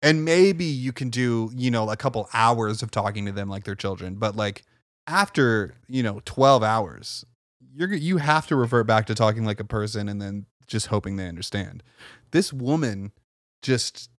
Speaker 2: and maybe you can do, you know, a couple hours of talking to them like they're children, but like after you know 12 hours you're g- you have to revert back to talking like a person and then just hoping they understand this woman just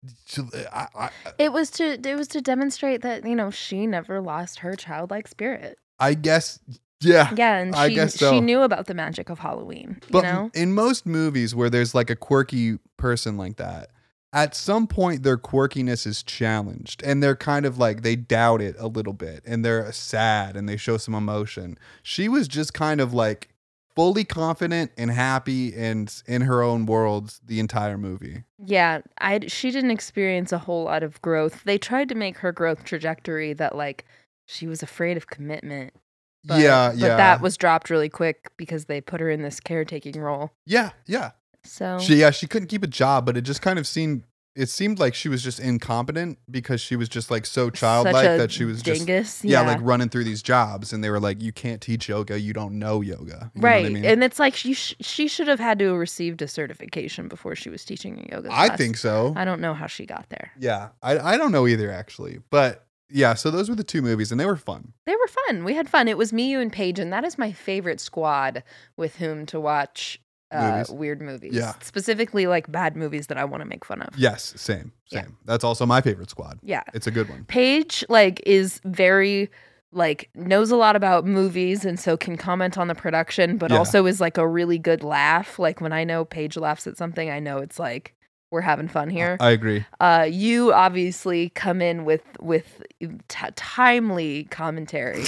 Speaker 2: I, I,
Speaker 1: It was to it was to demonstrate that you know she never lost her childlike spirit.
Speaker 2: I guess yeah
Speaker 1: Yeah, and she
Speaker 2: I guess so.
Speaker 1: she knew about the magic of Halloween.
Speaker 2: But
Speaker 1: you know,
Speaker 2: in most movies where there's like a quirky person like that, at some point their quirkiness is challenged and they're kind of like they doubt it a little bit and they're uh, sad and they show some emotion. She was just kind of like fully confident and happy and in her own world the entire movie.
Speaker 1: yeah, I she didn't experience a whole lot of growth. They tried to make her growth trajectory that like she was afraid of commitment. But,
Speaker 2: yeah,
Speaker 1: but
Speaker 2: yeah.
Speaker 1: that was dropped really quick because they put her in this caretaking role.
Speaker 2: Yeah, yeah.
Speaker 1: So
Speaker 2: She yeah, she couldn't keep a job, but it just kind of seemed it seemed like she was just incompetent because she was just like so childlike
Speaker 1: such a
Speaker 2: that she was just
Speaker 1: dingus.
Speaker 2: yeah, like running through these jobs, and they were like, "You can't teach yoga. You don't know yoga." You know what
Speaker 1: right.
Speaker 2: I mean?
Speaker 1: And it's like she sh- she should have had to have received a certification before she was teaching a yoga class.
Speaker 2: I think so.
Speaker 1: I don't know how she got there.
Speaker 2: yeah, I I don't know either actually, but yeah. So those were the two movies, and they were fun.
Speaker 1: They were fun. We had fun. It was me, you, and Paige, and that is my favorite squad with whom to watch uh,
Speaker 2: Movies.
Speaker 1: weird movies.
Speaker 2: Yeah.
Speaker 1: Specifically, like bad movies that I want to make fun of.
Speaker 2: Yes, same,
Speaker 1: Yeah.
Speaker 2: same. That's also my favorite squad.
Speaker 1: Yeah.
Speaker 2: It's a good one.
Speaker 1: Paige like is very like knows a lot about movies and so can comment on the production, but
Speaker 2: Yeah.
Speaker 1: also is like a really good laugh. Like when I know Paige laughs at something, I know it's like we're having fun here.
Speaker 2: I agree.
Speaker 1: Uh, you obviously come in with with t- timely commentary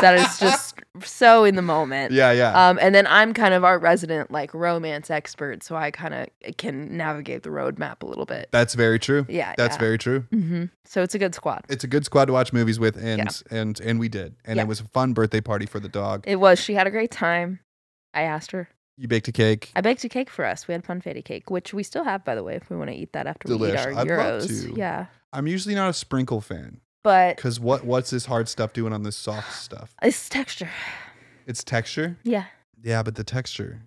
Speaker 1: that is just so in the moment.
Speaker 2: yeah, yeah.
Speaker 1: Um, and then I'm kind of our resident like romance expert, so I kind of can navigate the roadmap a little bit.
Speaker 2: That's very true.
Speaker 1: Yeah,
Speaker 2: That's
Speaker 1: yeah.
Speaker 2: very true.
Speaker 1: hmm So it's a good squad.
Speaker 2: It's a good squad to watch movies with, and and and we did, and
Speaker 1: Yeah.
Speaker 2: it was a fun birthday party for the dog.
Speaker 1: It was. She had a great time. I asked her.
Speaker 2: You baked a cake.
Speaker 1: I baked a cake for us. We had funfetti cake, which we still have, by the way, if we want to eat that after we eat
Speaker 2: Delish.
Speaker 1: our
Speaker 2: I'd love
Speaker 1: euros.
Speaker 2: to.
Speaker 1: Yeah,
Speaker 2: I'm usually not a sprinkle fan
Speaker 1: but
Speaker 2: because what what's this hard stuff doing on this soft stuff?
Speaker 1: it's texture.
Speaker 2: It's texture.
Speaker 1: Yeah,
Speaker 2: Yeah, but the texture.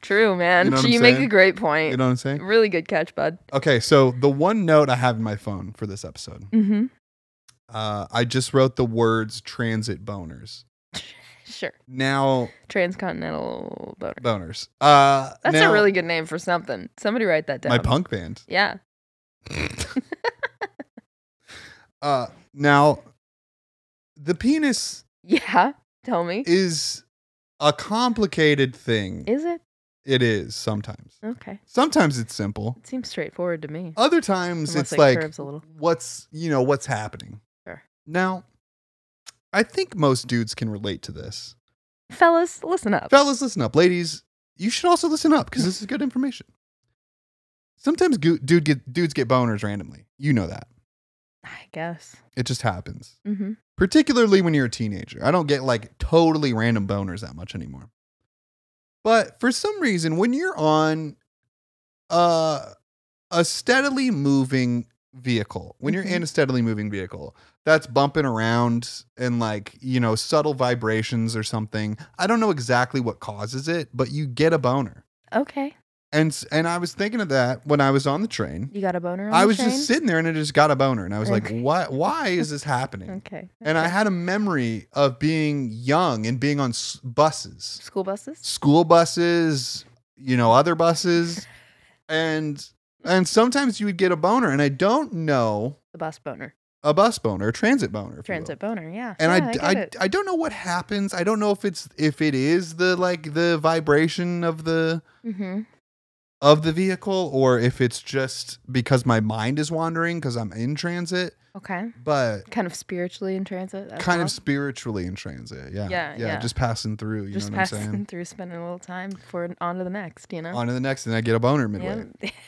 Speaker 1: true, man.
Speaker 2: You know what I'm
Speaker 1: you make a
Speaker 2: saying?
Speaker 1: great point.
Speaker 2: You know what I'm saying?
Speaker 1: really good catch, bud.
Speaker 2: Okay, so the one note I have in my phone for this episode,
Speaker 1: Mm-hmm.
Speaker 2: uh, I just wrote the words transit boners.
Speaker 1: Sure.
Speaker 2: Now,
Speaker 1: Transcontinental boater.
Speaker 2: boners. Uh,
Speaker 1: That's
Speaker 2: now-
Speaker 1: a really good name for something. Somebody write that down.
Speaker 2: My punk band.
Speaker 1: Yeah.
Speaker 2: Uh, now, the penis
Speaker 1: Yeah. Tell me.
Speaker 2: is a complicated thing.
Speaker 1: Is it?
Speaker 2: it is sometimes.
Speaker 1: Okay.
Speaker 2: Sometimes it's simple.
Speaker 1: It seems straightforward to me.
Speaker 2: Other times
Speaker 1: Unless
Speaker 2: it's
Speaker 1: it
Speaker 2: like
Speaker 1: curves a little.
Speaker 2: what's you know what's happening.
Speaker 1: Sure.
Speaker 2: Now, I think most dudes can relate to this.
Speaker 1: Fellas, listen up.
Speaker 2: Fellas, listen up. Ladies, you should also listen up because this is good information. Sometimes go- dude get, dudes get boners randomly. You know that.
Speaker 1: I guess.
Speaker 2: It just happens.
Speaker 1: Mm-hmm.
Speaker 2: Particularly when you're a teenager. I don't get like totally random boners that much anymore. But for some reason, when you're on uh, a steadily moving vehicle, when
Speaker 1: Mm-hmm.
Speaker 2: you're in a steadily moving vehicle that's bumping around and like, you know, subtle vibrations or something, I don't know exactly what causes it, but you get a boner.
Speaker 1: Okay.
Speaker 2: And s- and I was thinking of that when I was on the train.
Speaker 1: You got a boner on
Speaker 2: I
Speaker 1: the
Speaker 2: was
Speaker 1: train?
Speaker 2: just sitting there and I just got a boner and I was like,
Speaker 1: Okay.
Speaker 2: "What why is this happening?"
Speaker 1: Okay.
Speaker 2: And I
Speaker 1: okay.
Speaker 2: had a memory of being young and being on s- buses,
Speaker 1: school buses.
Speaker 2: school buses, you know, other buses, and and sometimes you would get a boner, and I don't know
Speaker 1: The bus boner.
Speaker 2: a bus boner, a transit boner, if you will.
Speaker 1: Transit boner, yeah.
Speaker 2: And
Speaker 1: yeah,
Speaker 2: I,
Speaker 1: get
Speaker 2: I,
Speaker 1: it.
Speaker 2: I don't know what happens. I don't know if it's if it is the like the vibration of the
Speaker 1: Mhm.
Speaker 2: of the vehicle or if it's just because my mind is wandering because I'm in transit,
Speaker 1: Okay.
Speaker 2: but
Speaker 1: Kind of spiritually in transit. as
Speaker 2: kind
Speaker 1: well.
Speaker 2: of spiritually in transit. Yeah.
Speaker 1: Yeah, yeah.
Speaker 2: Just passing through. You
Speaker 1: just
Speaker 2: know what I'm
Speaker 1: passing
Speaker 2: saying?
Speaker 1: through, spending a little time for on to the next, you know?
Speaker 2: On to the next, and I get a boner midway. Ah.
Speaker 1: Yeah.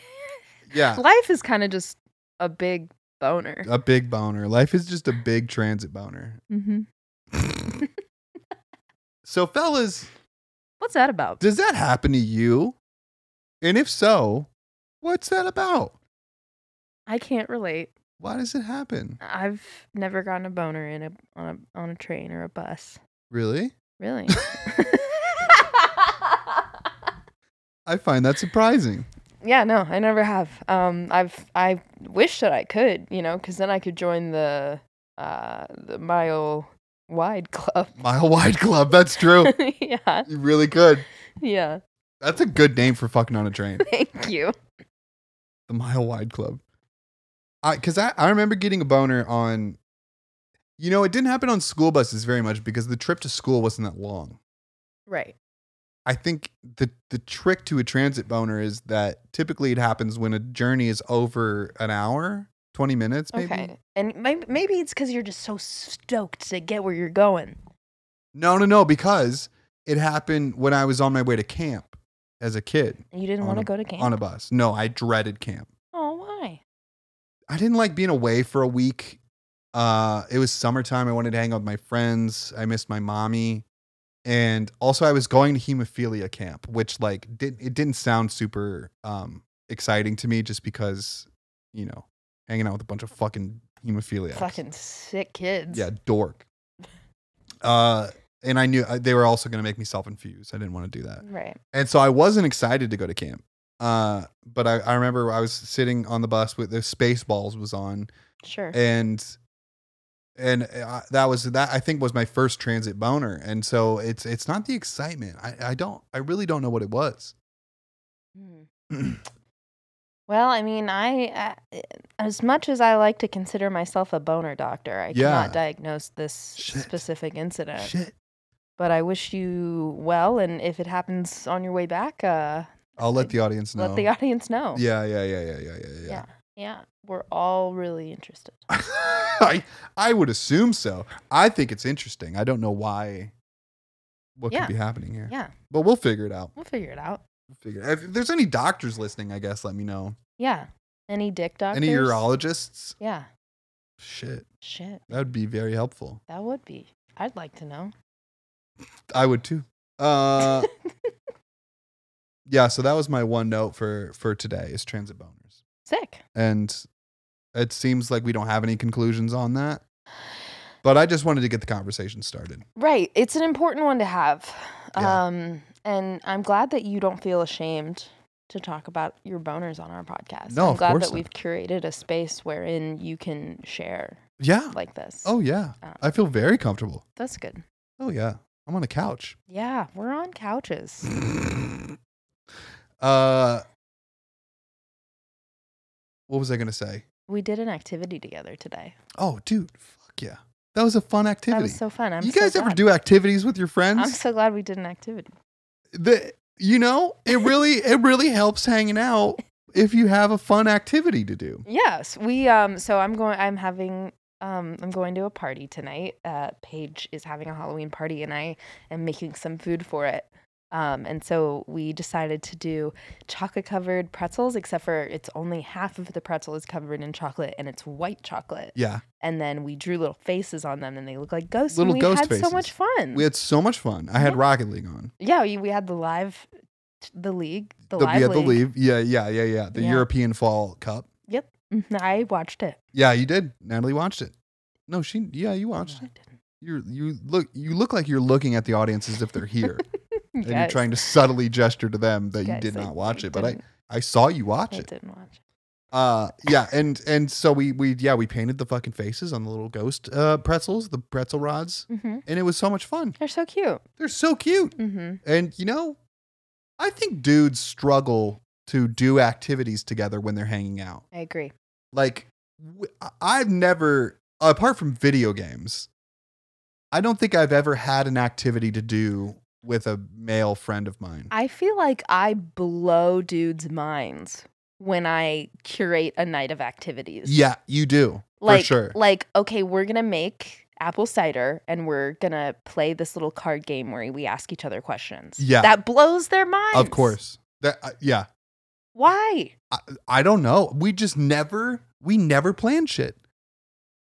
Speaker 2: Yeah.
Speaker 1: Life is kind of just a big boner.
Speaker 2: A big boner. Life is just a big transit boner.
Speaker 1: Mm-hmm.
Speaker 2: So, fellas,
Speaker 1: What's that about?
Speaker 2: does that happen to you? And if so, what's that about?
Speaker 1: I can't relate.
Speaker 2: Why does it happen?
Speaker 1: I've never gotten a boner in a on a on a train or a bus.
Speaker 2: Really?
Speaker 1: Really?
Speaker 2: I find that surprising.
Speaker 1: yeah, no, I never have. Um, I've I wish that I could, you know, because then I could join the uh, the mile wide club.
Speaker 2: Mile Wide Club. That's true.
Speaker 1: yeah,
Speaker 2: you really could.
Speaker 1: yeah.
Speaker 2: That's a good name for fucking on a train.
Speaker 1: Thank you.
Speaker 2: the Mile Wide Club. I because I, I remember getting a boner on you know, it didn't happen on school buses very much because the trip to school wasn't that long.
Speaker 1: Right.
Speaker 2: I think the the trick to a transit boner is that typically it happens when a journey is over an hour, 20 minutes maybe.
Speaker 1: Okay. And maybe, maybe it's because you're just so stoked to get where you're going.
Speaker 2: No, no, no, because it happened when I was on my way to camp as a kid
Speaker 1: and You didn't
Speaker 2: On
Speaker 1: want
Speaker 2: a-
Speaker 1: to go to camp.
Speaker 2: on a bus. No, I dreaded camp.
Speaker 1: oh, why?
Speaker 2: I didn't like being away for a week. Uh, it was summertime. I wanted to hang out with my friends. I missed my mommy, and also I was going to hemophilia camp, which like did it didn't sound super um exciting to me, just because you know hanging out with a bunch of fucking hemophiliacs.
Speaker 1: Fucking sick kids.
Speaker 2: yeah, dork. Uh, and I knew uh, they were also going to make me self infuse. I didn't want to do that.
Speaker 1: Right.
Speaker 2: And so I wasn't excited to go to camp. Uh, but I, I remember I was sitting on the bus with the Spaceballs was on,
Speaker 1: Sure.
Speaker 2: and and eh, I, that was that I think was my first transit boner, and so it's it's not the excitement. I I don't I really don't know what it was.
Speaker 1: Hmm. well, I mean, I, I as much as I like to consider myself a boner doctor, I
Speaker 2: Yeah.
Speaker 1: cannot diagnose this
Speaker 2: Shit.
Speaker 1: specific incident.
Speaker 2: Shit,
Speaker 1: But I wish you well, and if it happens on your way back, uh,
Speaker 2: I'll let the audience know.
Speaker 1: let the audience know.
Speaker 2: yeah, yeah, yeah, yeah, yeah, yeah, yeah.
Speaker 1: Yeah. Yeah. We're all really interested.
Speaker 2: I I would assume so. I think it's interesting. I don't know why. What
Speaker 1: Yeah.
Speaker 2: could be happening here?
Speaker 1: Yeah.
Speaker 2: But we'll figure it out.
Speaker 1: We'll figure it out.
Speaker 2: We'll figure. If there's any doctors listening, I guess let me know.
Speaker 1: Yeah. Any dick doctors?
Speaker 2: Any urologists?
Speaker 1: Yeah.
Speaker 2: Shit,
Speaker 1: Shit.
Speaker 2: that would be very helpful.
Speaker 1: That would be. I'd like to know.
Speaker 2: I would too. Uh, yeah, so that was my one note for for today is transit boners,
Speaker 1: Sick.
Speaker 2: and it seems like we don't have any conclusions on that. But I just wanted to get the conversation started.
Speaker 1: Right. It's an important one to have.
Speaker 2: Yeah.
Speaker 1: Um, and I'm glad that you don't feel ashamed to talk about your boners on our podcast.
Speaker 2: No,
Speaker 1: I'm
Speaker 2: of
Speaker 1: glad
Speaker 2: course
Speaker 1: that we've curated a space wherein you can share
Speaker 2: Yeah.
Speaker 1: like this.
Speaker 2: Oh yeah.
Speaker 1: Um,
Speaker 2: I feel very comfortable.
Speaker 1: that's good.
Speaker 2: Oh yeah. I'm on a couch.
Speaker 1: Yeah, we're on couches.
Speaker 2: Uh, what was I gonna say?
Speaker 1: we did an activity together today.
Speaker 2: Oh, dude, fuck yeah, that was a fun
Speaker 1: That
Speaker 2: activity.
Speaker 1: was so fun. I'm
Speaker 2: you
Speaker 1: so
Speaker 2: guys ever
Speaker 1: glad.
Speaker 2: do activities with your friends?
Speaker 1: I'm so glad we did an activity.
Speaker 2: the you know it really it really helps hanging out if you have a fun activity to do
Speaker 1: Yes, we um so I'm going I'm having um I'm going to a party tonight. Uh Paige is having a Halloween party and I am making some food for it. Um and so we decided to do chocolate covered pretzels except for it's only half of the pretzel is covered in chocolate and it's white chocolate.
Speaker 2: yeah
Speaker 1: And then we drew little faces on them and they look like ghosts
Speaker 2: Little
Speaker 1: and we
Speaker 2: ghost
Speaker 1: had so
Speaker 2: faces.
Speaker 1: much fun.
Speaker 2: we had so much fun i had
Speaker 1: Yeah.
Speaker 2: rocket league on
Speaker 1: yeah, we, we had the live the league, the,
Speaker 2: The-
Speaker 1: live
Speaker 2: yeah, the
Speaker 1: league.
Speaker 2: leave yeah yeah yeah yeah the
Speaker 1: Yeah.
Speaker 2: european fall cup
Speaker 1: Yep. Mm-hmm, I watched it.
Speaker 2: yeah you did natalie watched it no she yeah you
Speaker 1: No,
Speaker 2: watched
Speaker 1: I
Speaker 2: it you you look you look like you're looking at the audience as if they're here
Speaker 1: didn't.
Speaker 2: and you're
Speaker 1: Yes.
Speaker 2: trying to subtly gesture to them that
Speaker 1: Guys,
Speaker 2: you did
Speaker 1: I-
Speaker 2: not watch
Speaker 1: I
Speaker 2: it but i
Speaker 1: didn't-
Speaker 2: i saw you watch
Speaker 1: I
Speaker 2: it
Speaker 1: didn't watch it.
Speaker 2: uh yeah and and so we we yeah we painted the fucking faces on the little ghost uh pretzels the pretzel rods
Speaker 1: Mm-hmm.
Speaker 2: and it was so much fun.
Speaker 1: They're so cute.
Speaker 2: They're so cute.
Speaker 1: Mm-hmm.
Speaker 2: And you know, I think dudes struggle to do activities together when they're hanging out.
Speaker 1: I agree.
Speaker 2: Like w- I- I've never apart from video games, I don't think I've ever had an activity to do with a male friend of mine.
Speaker 1: I feel like I blow dudes' minds when I curate a night of activities.
Speaker 2: yeah, you do.
Speaker 1: like,
Speaker 2: for sure.
Speaker 1: Like, okay, we're gonna make apple cider and we're gonna play this little card game where we ask each other questions.
Speaker 2: Yeah.
Speaker 1: that blows their minds.
Speaker 2: Of course. That uh, yeah.
Speaker 1: Why?
Speaker 2: I don't know. We just never we never plan shit.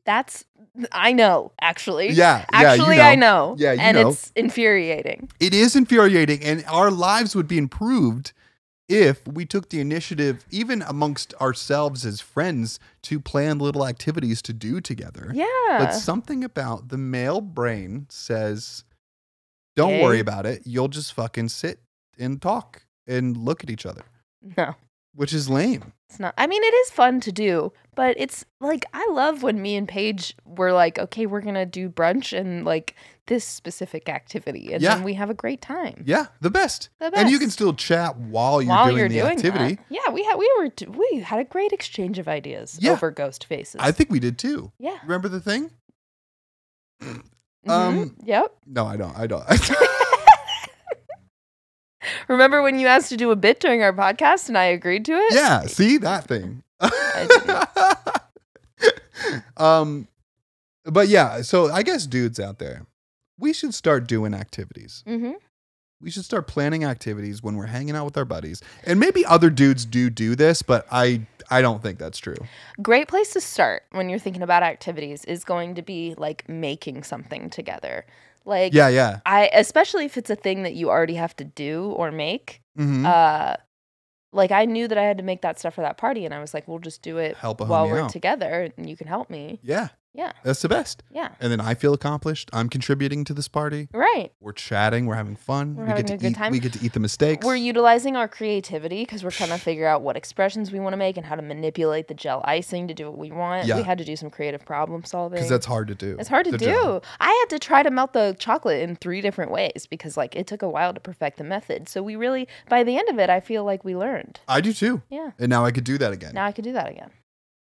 Speaker 1: That's I know actually.
Speaker 2: Yeah.
Speaker 1: Actually,
Speaker 2: yeah, you
Speaker 1: I know.
Speaker 2: Yeah, you
Speaker 1: and
Speaker 2: know.
Speaker 1: it's infuriating.
Speaker 2: it is infuriating and our lives would be improved if we took the initiative even amongst ourselves as friends to plan little activities to do together
Speaker 1: Yeah.
Speaker 2: but something about the male brain says don't worry
Speaker 1: Okay.
Speaker 2: about it you'll just fucking sit and talk and look at each other
Speaker 1: no.
Speaker 2: which is lame.
Speaker 1: It's not. I mean, it is fun to do, but it's like I love when me and Paige were like, okay, we're gonna do brunch and like this specific activity, and
Speaker 2: Yeah.
Speaker 1: then we have a great time.
Speaker 2: Yeah, the best.
Speaker 1: The
Speaker 2: And you can
Speaker 1: best.
Speaker 2: still chat while you're
Speaker 1: While
Speaker 2: doing
Speaker 1: you're
Speaker 2: the
Speaker 1: doing
Speaker 2: activity.
Speaker 1: that. yeah, we had we were t- we had a great exchange of ideas
Speaker 2: Yeah.
Speaker 1: over ghost faces.
Speaker 2: I think we did too.
Speaker 1: yeah.
Speaker 2: Remember the thing?
Speaker 1: Mhm.
Speaker 2: um,
Speaker 1: Yep.
Speaker 2: No, I don't. I don't.
Speaker 1: Remember when you asked to do a bit during our podcast and I agreed to it?
Speaker 2: yeah, see that thing. um, but yeah, so I guess dudes out there, we should start doing activities.
Speaker 1: Mm-hmm.
Speaker 2: we should start planning activities when we're hanging out with our buddies. And maybe other dudes do do this, but I I don't think that's true.
Speaker 1: great place to start when you're thinking about activities is going to be like making something together like
Speaker 2: Yeah, yeah.
Speaker 1: i especially if it's a thing that you already have to do or make
Speaker 2: Mhm.
Speaker 1: uh like i knew that i had to make that stuff for that party and i was like we'll just do it
Speaker 2: Help a
Speaker 1: while
Speaker 2: homie
Speaker 1: we're
Speaker 2: out.
Speaker 1: together and you can help me
Speaker 2: yeah.
Speaker 1: yeah.
Speaker 2: That's the best.
Speaker 1: yeah
Speaker 2: And then I feel accomplished. I'm contributing to this party.
Speaker 1: right
Speaker 2: We're chatting, we're having fun.
Speaker 1: We're
Speaker 2: we
Speaker 1: having
Speaker 2: get to
Speaker 1: a good
Speaker 2: eat
Speaker 1: time.
Speaker 2: we get to eat the mistakes.
Speaker 1: we're utilizing our creativity because we're trying to figure out what expressions we want to make and how to manipulate the gel icing to do what we want
Speaker 2: Yeah.
Speaker 1: we had to do some creative problem solving
Speaker 2: Cuz that's hard to do.
Speaker 1: It's hard to
Speaker 2: The
Speaker 1: do.
Speaker 2: job.
Speaker 1: I had to try to melt the chocolate in three different ways because like it took a while to perfect the method. So we really by the end of it I feel like we learned.
Speaker 2: I do too.
Speaker 1: Yeah.
Speaker 2: And now I could do that again.
Speaker 1: Now I could do that again.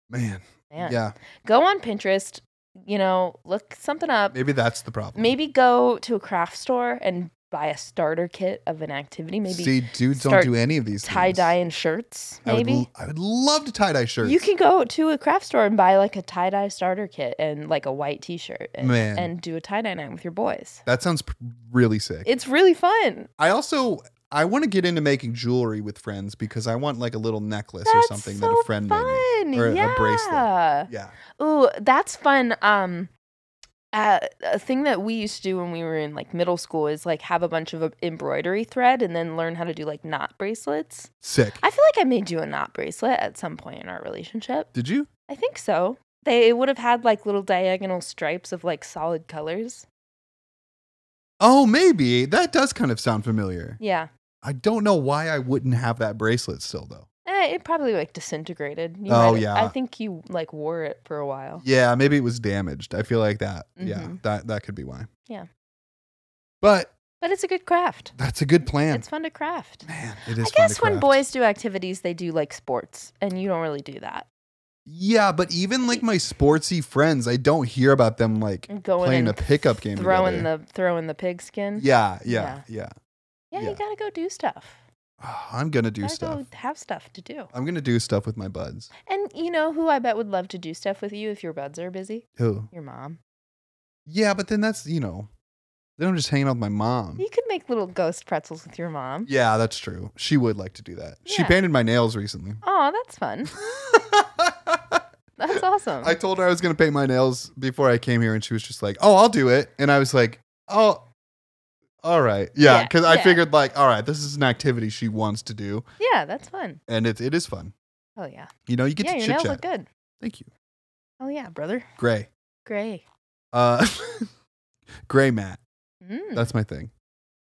Speaker 2: Man.
Speaker 1: Man.
Speaker 2: Yeah.
Speaker 1: Go on Pinterest, you know, look something up.
Speaker 2: Maybe that's the problem.
Speaker 1: Maybe go to a craft store and buy a starter kit of an activity. Maybe
Speaker 2: See, dudes don't
Speaker 1: start
Speaker 2: do any of these things.
Speaker 1: tie dye and shirts.
Speaker 2: I would,
Speaker 1: Maybe.
Speaker 2: l- I would love to tie dye shirts.
Speaker 1: You can go to a craft store and buy like a tie dye starter kit and like a white t shirt and,
Speaker 2: Man.
Speaker 1: and do a tie dye night with your boys.
Speaker 2: that sounds p- really sick.
Speaker 1: It's really fun.
Speaker 2: I also I want to get into making jewelry with friends because I want like a little necklace or
Speaker 1: That's
Speaker 2: something
Speaker 1: so
Speaker 2: that a friend made
Speaker 1: fun.
Speaker 2: me or
Speaker 1: yeah.
Speaker 2: a bracelet. Yeah.
Speaker 1: Ooh, that's fun. Um, uh, a thing that we used to do when we were in like middle school is like have a bunch of uh, embroidery thread and then learn how to do like knot bracelets.
Speaker 2: Sick.
Speaker 1: I feel like I made you a knot bracelet at some point in our relationship.
Speaker 2: Did you?
Speaker 1: I think so. They would have had like little diagonal stripes of like solid colors.
Speaker 2: Oh, maybe. That does kind of sound familiar.
Speaker 1: Yeah.
Speaker 2: I don't know why I wouldn't have that bracelet still though.
Speaker 1: Eh, it probably like disintegrated. You
Speaker 2: Oh,
Speaker 1: might-
Speaker 2: yeah.
Speaker 1: I think you like wore it for a while.
Speaker 2: Yeah, maybe it was damaged. I feel like that. Yeah,
Speaker 1: Mhm.
Speaker 2: that that could be why.
Speaker 1: Yeah.
Speaker 2: But
Speaker 1: But it's a good craft.
Speaker 2: that's a good plan.
Speaker 1: It's fun to craft.
Speaker 2: Man, it is
Speaker 1: I
Speaker 2: fun to
Speaker 1: guess when
Speaker 2: craft.
Speaker 1: boys do activities, they do like sports, and you don't really do that.
Speaker 2: Yeah, but even like my sportsy friends, I don't hear about them like
Speaker 1: Going
Speaker 2: playing
Speaker 1: and
Speaker 2: a pickup game
Speaker 1: throwing
Speaker 2: together.
Speaker 1: the throwing the pigskin.
Speaker 2: yeah, yeah, yeah.
Speaker 1: yeah,
Speaker 2: yeah.
Speaker 1: you gotta go do stuff.
Speaker 2: I'm gonna do
Speaker 1: gotta
Speaker 2: stuff.
Speaker 1: go have stuff to do.
Speaker 2: I'm gonna do stuff with my buds.
Speaker 1: And you know who I bet would love to do stuff with you if your buds are busy?
Speaker 2: Who?
Speaker 1: Your mom.
Speaker 2: Yeah, but then that's you know, then I'm just hanging out with my mom.
Speaker 1: You could make little ghost pretzels with your mom.
Speaker 2: Yeah, that's true. She would like to do that. She
Speaker 1: Yeah.
Speaker 2: painted my nails recently.
Speaker 1: Oh, that's fun. That's awesome.
Speaker 2: I told her I was gonna paint my nails before I came here, and she was just like, "Oh, I'll do it," and I was like, "Oh." All right. Yeah.
Speaker 1: Yeah,
Speaker 2: Cause I
Speaker 1: yeah.
Speaker 2: figured, like, all right, this is an activity she wants to do.
Speaker 1: yeah, that's fun.
Speaker 2: And it, it is fun.
Speaker 1: Oh yeah.
Speaker 2: You know, you get
Speaker 1: yeah,
Speaker 2: to
Speaker 1: your
Speaker 2: chit
Speaker 1: nails
Speaker 2: chat.
Speaker 1: look good.
Speaker 2: Thank you.
Speaker 1: Oh yeah, brother.
Speaker 2: Gray.
Speaker 1: Gray.
Speaker 2: Uh, gray Matt.
Speaker 1: Mm,
Speaker 2: That's my thing.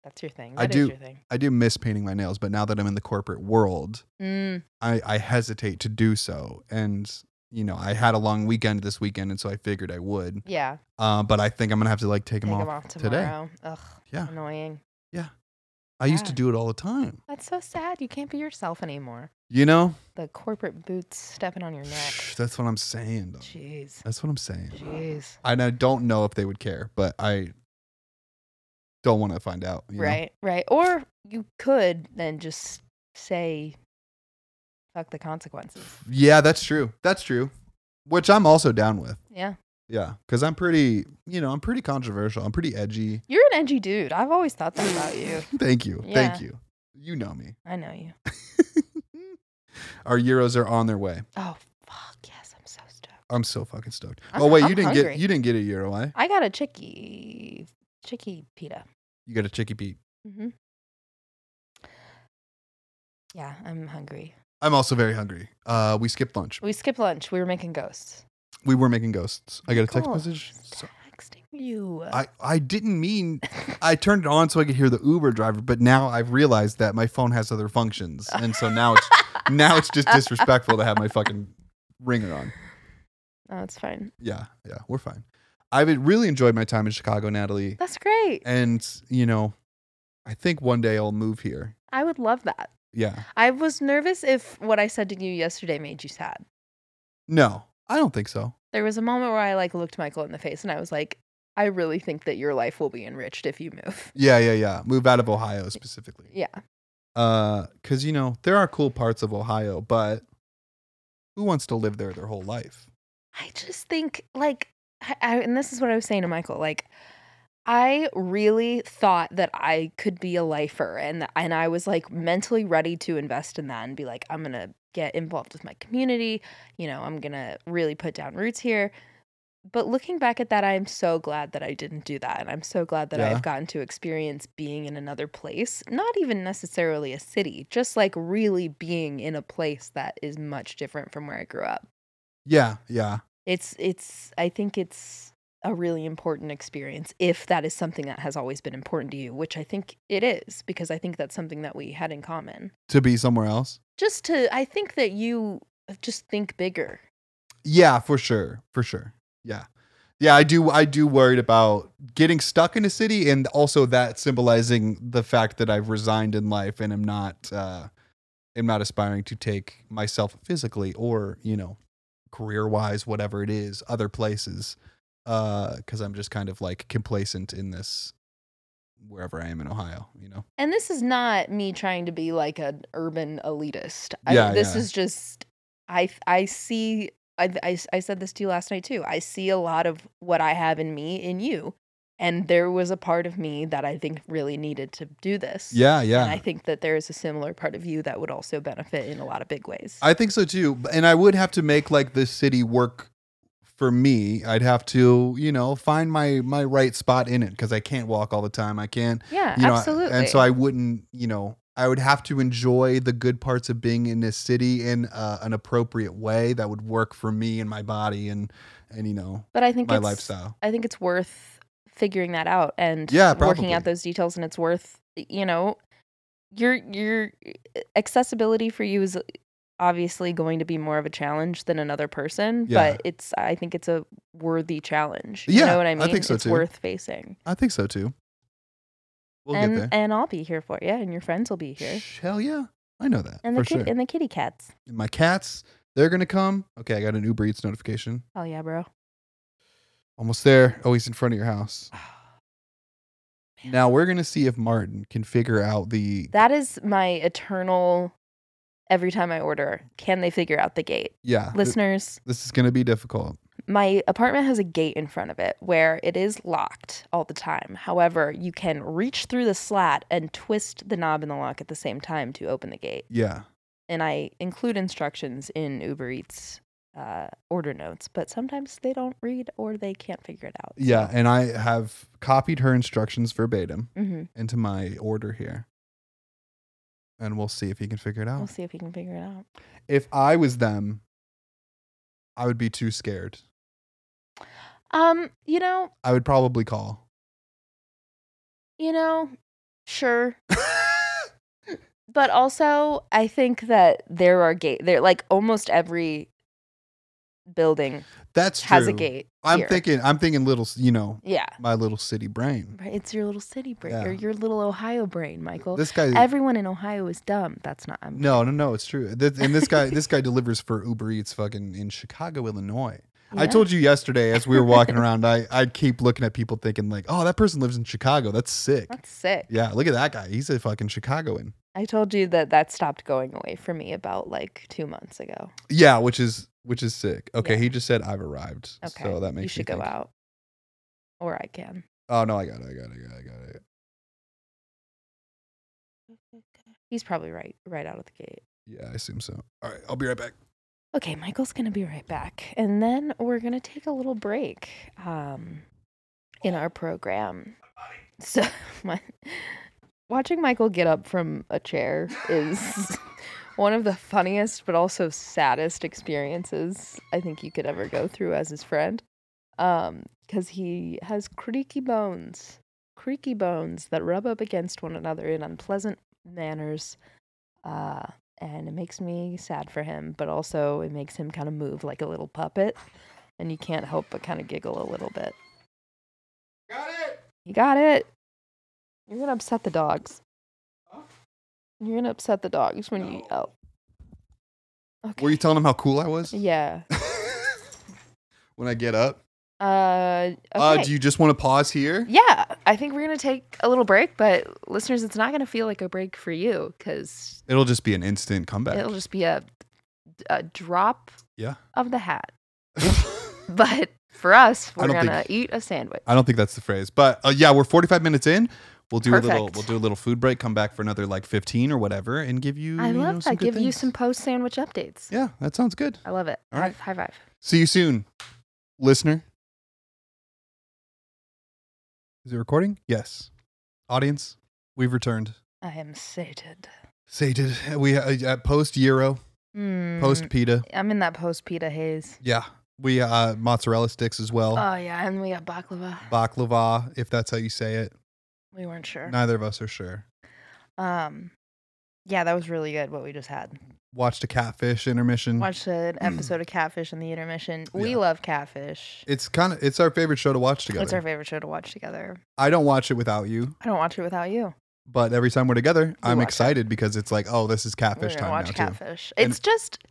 Speaker 1: that's your thing.
Speaker 2: I
Speaker 1: That is
Speaker 2: do-
Speaker 1: your thing.
Speaker 2: I do miss painting my nails, but now that I'm in the corporate world,
Speaker 1: Mm,
Speaker 2: I, I hesitate to do so. And, you know, I had a long weekend this weekend, and so I figured I would.
Speaker 1: yeah.
Speaker 2: Uh, but I think I'm going to have to like take them
Speaker 1: Take
Speaker 2: off.
Speaker 1: 'em off
Speaker 2: today.
Speaker 1: tomorrow. Ugh.
Speaker 2: Yeah.
Speaker 1: Annoying.
Speaker 2: I used to
Speaker 1: Yeah.
Speaker 2: do it all the time.
Speaker 1: That's so sad. You can't be yourself anymore.
Speaker 2: You know?
Speaker 1: The corporate boots stepping on your neck.
Speaker 2: That's what I'm saying. Though.
Speaker 1: Jeez.
Speaker 2: That's what
Speaker 1: uh,
Speaker 2: I'm saying.
Speaker 1: Jeez.
Speaker 2: And I don't know if they would care, but I don't want to find out. you know?
Speaker 1: Right, right. Or you could then just say, fuck the consequences.
Speaker 2: Yeah, that's true. That's true. Which I'm also down with.
Speaker 1: Yeah.
Speaker 2: Yeah. Because I'm pretty, you know, I'm pretty controversial. I'm pretty edgy.
Speaker 1: You're an edgy dude. I've always thought that about you.
Speaker 2: Thank you.
Speaker 1: Yeah.
Speaker 2: Thank you. You know me.
Speaker 1: I know you.
Speaker 2: Our Euros are on their way.
Speaker 1: Oh, fuck. Yes, I'm so stoked.
Speaker 2: I'm so fucking stoked.
Speaker 1: I'm-
Speaker 2: oh wait,
Speaker 1: I'm
Speaker 2: you didn't
Speaker 1: hungry.
Speaker 2: get you didn't get a Euro, eh?
Speaker 1: I got a chicky, chicky pita.
Speaker 2: You got a chicky beat.
Speaker 1: hmm Yeah, I'm hungry.
Speaker 2: I'm also very hungry. Uh, we skipped lunch.
Speaker 1: We skipped lunch. We were making ghosts.
Speaker 2: We were making ghosts. I got a text
Speaker 1: Ghosts.
Speaker 2: message. So-
Speaker 1: Texting you.
Speaker 2: I, I didn't mean I turned it on so I could hear the Uber driver, but now I've realized that my phone has other functions. And so now it's now it's just disrespectful to have my fucking ringer on.
Speaker 1: No, it's fine.
Speaker 2: Yeah, yeah, we're fine. I've really enjoyed my time in Chicago, Natalie,
Speaker 1: That's great.
Speaker 2: and you know, I think one day I'll move here.
Speaker 1: I would love that.
Speaker 2: Yeah,
Speaker 1: I was nervous if what I said to you yesterday made you sad.
Speaker 2: no, I don't think so.
Speaker 1: There was a moment where I like looked Michael in the face and I was like, I really think that your life will be enriched if you move.
Speaker 2: Yeah, yeah, yeah. Move out of Ohio specifically.
Speaker 1: Yeah.
Speaker 2: Uh, cause you know there are cool parts of Ohio, but who wants to live there their whole life?
Speaker 1: I just think like I, I, and this is what I was saying to Michael like I really thought that I could be a lifer and and I was like mentally ready to invest in that and be like I'm going to get involved with my community, you know, I'm going to really put down roots here. But looking back at that I am so glad that I didn't do that and I'm so glad that
Speaker 2: Yeah.
Speaker 1: I've gotten to experience being in another place, not even necessarily a city, just like really being in a place that is much different from where I grew up
Speaker 2: Yeah, yeah,
Speaker 1: it's it's i think it's a really important experience if that is something that has always been important to you which i think it is because i think that's something that we had in common
Speaker 2: to be somewhere else.
Speaker 1: just to i think that you just think bigger
Speaker 2: Yeah, for sure, for sure. Yeah, yeah. I do, I do worried about getting stuck in a city, and also that symbolizing the fact that I've resigned in life and am not, uh, am not aspiring to take myself physically or you know, career wise, whatever it is, other places. Uh, because I'm just kind of like complacent in this, wherever I am in Ohio. You know.
Speaker 1: and this is not me trying to be like an urban elitist
Speaker 2: Yeah,
Speaker 1: I, this
Speaker 2: yeah.
Speaker 1: is just i i see I, I i said this to you last night too i see a lot of what i have in me in you and there was a part of me that i think really needed to do this
Speaker 2: Yeah, yeah.
Speaker 1: And I think that there is a similar part of you that would also benefit in a lot of big ways.
Speaker 2: I think so too. And I would have to make like the city work for me. I'd have to, you know, find my my right spot in it because I can't walk all the time. I can't,
Speaker 1: yeah,
Speaker 2: you know, I-
Speaker 1: absolutely.
Speaker 2: and so I wouldn't, you know, I would have to enjoy the good parts of being in this city in uh, an appropriate way that would work for me and my body and and you know
Speaker 1: but I think
Speaker 2: my
Speaker 1: it's,
Speaker 2: lifestyle.
Speaker 1: I think it's worth figuring that out and
Speaker 2: Yeah,
Speaker 1: working
Speaker 2: probably.
Speaker 1: out those details. And it's worth, you know, your your eh, accessibility for you is obviously going to be more of a challenge than another person.
Speaker 2: Yeah.
Speaker 1: But it's I think it's a worthy challenge.
Speaker 2: Yeah,
Speaker 1: you know what
Speaker 2: I
Speaker 1: I mean?
Speaker 2: think so,
Speaker 1: it's
Speaker 2: too.
Speaker 1: worth facing.
Speaker 2: I think so too. We'll
Speaker 1: and
Speaker 2: get there.
Speaker 1: and I'll be here for you, and your friends will be here,
Speaker 2: Hell yeah, I know that
Speaker 1: and
Speaker 2: for
Speaker 1: the kid
Speaker 2: sure.
Speaker 1: and the kitty cats.
Speaker 2: my cats, they're gonna come. Okay, I got an Uber Eats notification.
Speaker 1: Oh yeah, bro.
Speaker 2: Almost there. Oh, he's in front of your house.
Speaker 1: Ah,
Speaker 2: Now we're gonna see if Martin can figure out the
Speaker 1: That is my eternal every time I order. Can they figure out the gate?
Speaker 2: yeah. th-
Speaker 1: Listeners,
Speaker 2: this is gonna be difficult.
Speaker 1: my apartment has a gate in front of it where it is locked all the time. However, you can reach through the slat and twist the knob in the lock at the same time to open the gate.
Speaker 2: Yeah,
Speaker 1: And I include instructions in Uber Eats uh, order notes, but sometimes they don't read or they can't figure it out.
Speaker 2: yeah. And I have copied her instructions verbatim
Speaker 1: Mm-hmm.
Speaker 2: into my order here, and we'll see if he can figure it
Speaker 1: We'll
Speaker 2: out.
Speaker 1: see if we can figure it out.
Speaker 2: If I was them, I would be too scared.
Speaker 1: Um, you know,
Speaker 2: I would probably call.
Speaker 1: you know, sure, but also I think that there are gate there like almost every building
Speaker 2: That's true.
Speaker 1: has a gate.
Speaker 2: I'm
Speaker 1: here.
Speaker 2: thinking. I'm thinking little. You know,
Speaker 1: Yeah.
Speaker 2: my little city brain.
Speaker 1: Right. It's your little city brain
Speaker 2: Yeah.
Speaker 1: or your little Ohio brain, Michael.
Speaker 2: This guy.
Speaker 1: Everyone in Ohio is dumb. That's not I'm
Speaker 2: No, no, no. It's true. Th- and this guy, this guy delivers for Uber Eats, fucking in Chicago, Illinois. I
Speaker 1: Yeah.
Speaker 2: told you yesterday as we were walking around, I I keep looking at people thinking like, oh, that person lives in Chicago. That's sick.
Speaker 1: That's sick.
Speaker 2: Yeah, look at that guy. He's a fucking Chicagoan.
Speaker 1: I told you that that stopped going away for me about like 2 months ago.
Speaker 2: Yeah, which is which is sick. Okay,
Speaker 1: Yeah.
Speaker 2: he just said I've arrived.
Speaker 1: Okay.
Speaker 2: So that
Speaker 1: you
Speaker 2: makes me
Speaker 1: should go
Speaker 2: think-
Speaker 1: out. Or I can.
Speaker 2: Oh no, I got it. I got it. I got it. I got it.
Speaker 1: He's probably right right out of the gate.
Speaker 2: Yeah, I assume so. All right, I'll be right back.
Speaker 1: Okay, Michael's going to be right back. And then we're going to take a little break um, in our program. So, my, watching Michael get up from a chair is one of the funniest but also saddest experiences I think you could ever go through as his friend. Because um, he has creaky bones, creaky bones that rub up against one another in unpleasant manners. Uh, and it makes me sad for him, but also it makes him kind of move like a little puppet, and you can't help but kind of giggle a little bit.
Speaker 2: Got it.
Speaker 1: You got it. You're gonna upset the dogs. You're gonna upset the dogs when you yell. Okay.
Speaker 2: Were you telling him how cool I was
Speaker 1: yeah.
Speaker 2: when I get up?
Speaker 1: Uh. Okay.
Speaker 2: Uh, do you just want to pause here?
Speaker 1: yeah, I think we're gonna take a little break, but listeners, it's not gonna feel like a break for you because
Speaker 2: It'll just be an instant comeback.
Speaker 1: it'll just be a a drop
Speaker 2: Yeah.
Speaker 1: of the hat. But for us,
Speaker 2: I
Speaker 1: we're
Speaker 2: don't
Speaker 1: gonna eat a sandwich.
Speaker 2: I don't think that's the phrase, but uh, yeah, we're 45 minutes in. We'll do a little.
Speaker 1: Perfect.
Speaker 2: We'll do a little food break. Come back for another like 15 or whatever, and give you.
Speaker 1: I
Speaker 2: you know,
Speaker 1: love
Speaker 2: some
Speaker 1: that.
Speaker 2: good
Speaker 1: Give you
Speaker 2: things.
Speaker 1: some post sandwich updates.
Speaker 2: Yeah, that sounds good.
Speaker 1: I love it.
Speaker 2: All right.
Speaker 1: High five.
Speaker 2: See you soon, listener. Is it recording? Yes. Audience, we've returned.
Speaker 1: I am sated.
Speaker 2: Sated. We uh, uh, post Euro,
Speaker 1: Mm,
Speaker 2: post pita.
Speaker 1: I'm in that post pita haze.
Speaker 2: Yeah, we uh, mozzarella sticks as well.
Speaker 1: Oh yeah, and we got baklava.
Speaker 2: Baklava, if that's how you say it.
Speaker 1: We weren't sure.
Speaker 2: Neither of us are sure.
Speaker 1: Um, yeah, that was really good. What we just had.
Speaker 2: Watched a catfish intermission.
Speaker 1: Watched an episode of Catfish in the intermission. We
Speaker 2: Mm. Yeah.
Speaker 1: love Catfish.
Speaker 2: It's kind of it's our favorite show to watch together.
Speaker 1: It's our favorite show to watch together.
Speaker 2: I don't watch it without you,
Speaker 1: I don't watch it without you.
Speaker 2: but every time we're together, I'm
Speaker 1: watch it.
Speaker 2: excited because it's like, oh, this is
Speaker 1: We're
Speaker 2: catfish
Speaker 1: gonna
Speaker 2: time
Speaker 1: watch
Speaker 2: now too.
Speaker 1: Catfish.
Speaker 2: And-
Speaker 1: It's just,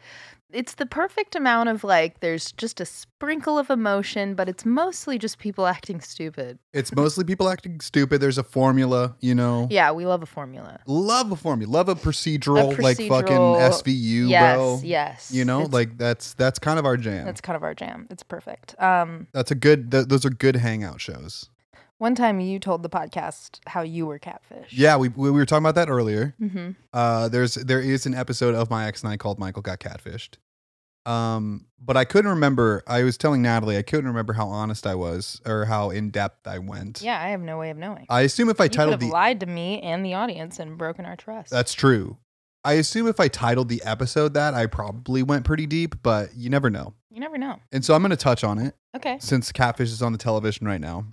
Speaker 1: it's the perfect amount of like. There's just a sprinkle of emotion, but it's mostly just people acting stupid.
Speaker 2: It's mostly people acting stupid. There's a formula, you know.
Speaker 1: Yeah, we love a formula.
Speaker 2: Love a formula. Love a procedural, like fucking
Speaker 1: procedural-
Speaker 2: SVU,
Speaker 1: yes,
Speaker 2: bro.
Speaker 1: yes.
Speaker 2: You know,
Speaker 1: It's-
Speaker 2: like that's that's kind of our
Speaker 1: that's
Speaker 2: jam. That's,
Speaker 1: kind of our jam. It's perfect. Um,
Speaker 2: a good. Th- those are good hangout shows.
Speaker 1: one time you told the podcast how you were catfish.
Speaker 2: Yeah, we we were talking about that earlier.
Speaker 1: Mm-hmm.
Speaker 2: Uh, there's there is an episode of my ex and I called Michael got catfished. Um, but I couldn't remember. I was telling Natalie I couldn't remember how honest I was or how in depth I went.
Speaker 1: Yeah, I have no way of knowing.
Speaker 2: I assume if I
Speaker 1: you could
Speaker 2: titled
Speaker 1: have
Speaker 2: the
Speaker 1: lied to me and the audience and broken our trust.
Speaker 2: that's true. I assume if I titled the episode that I probably went pretty deep, but you never know.
Speaker 1: you never know.
Speaker 2: And so I'm going to touch on it
Speaker 1: Okay,
Speaker 2: since Catfish is on the television right now.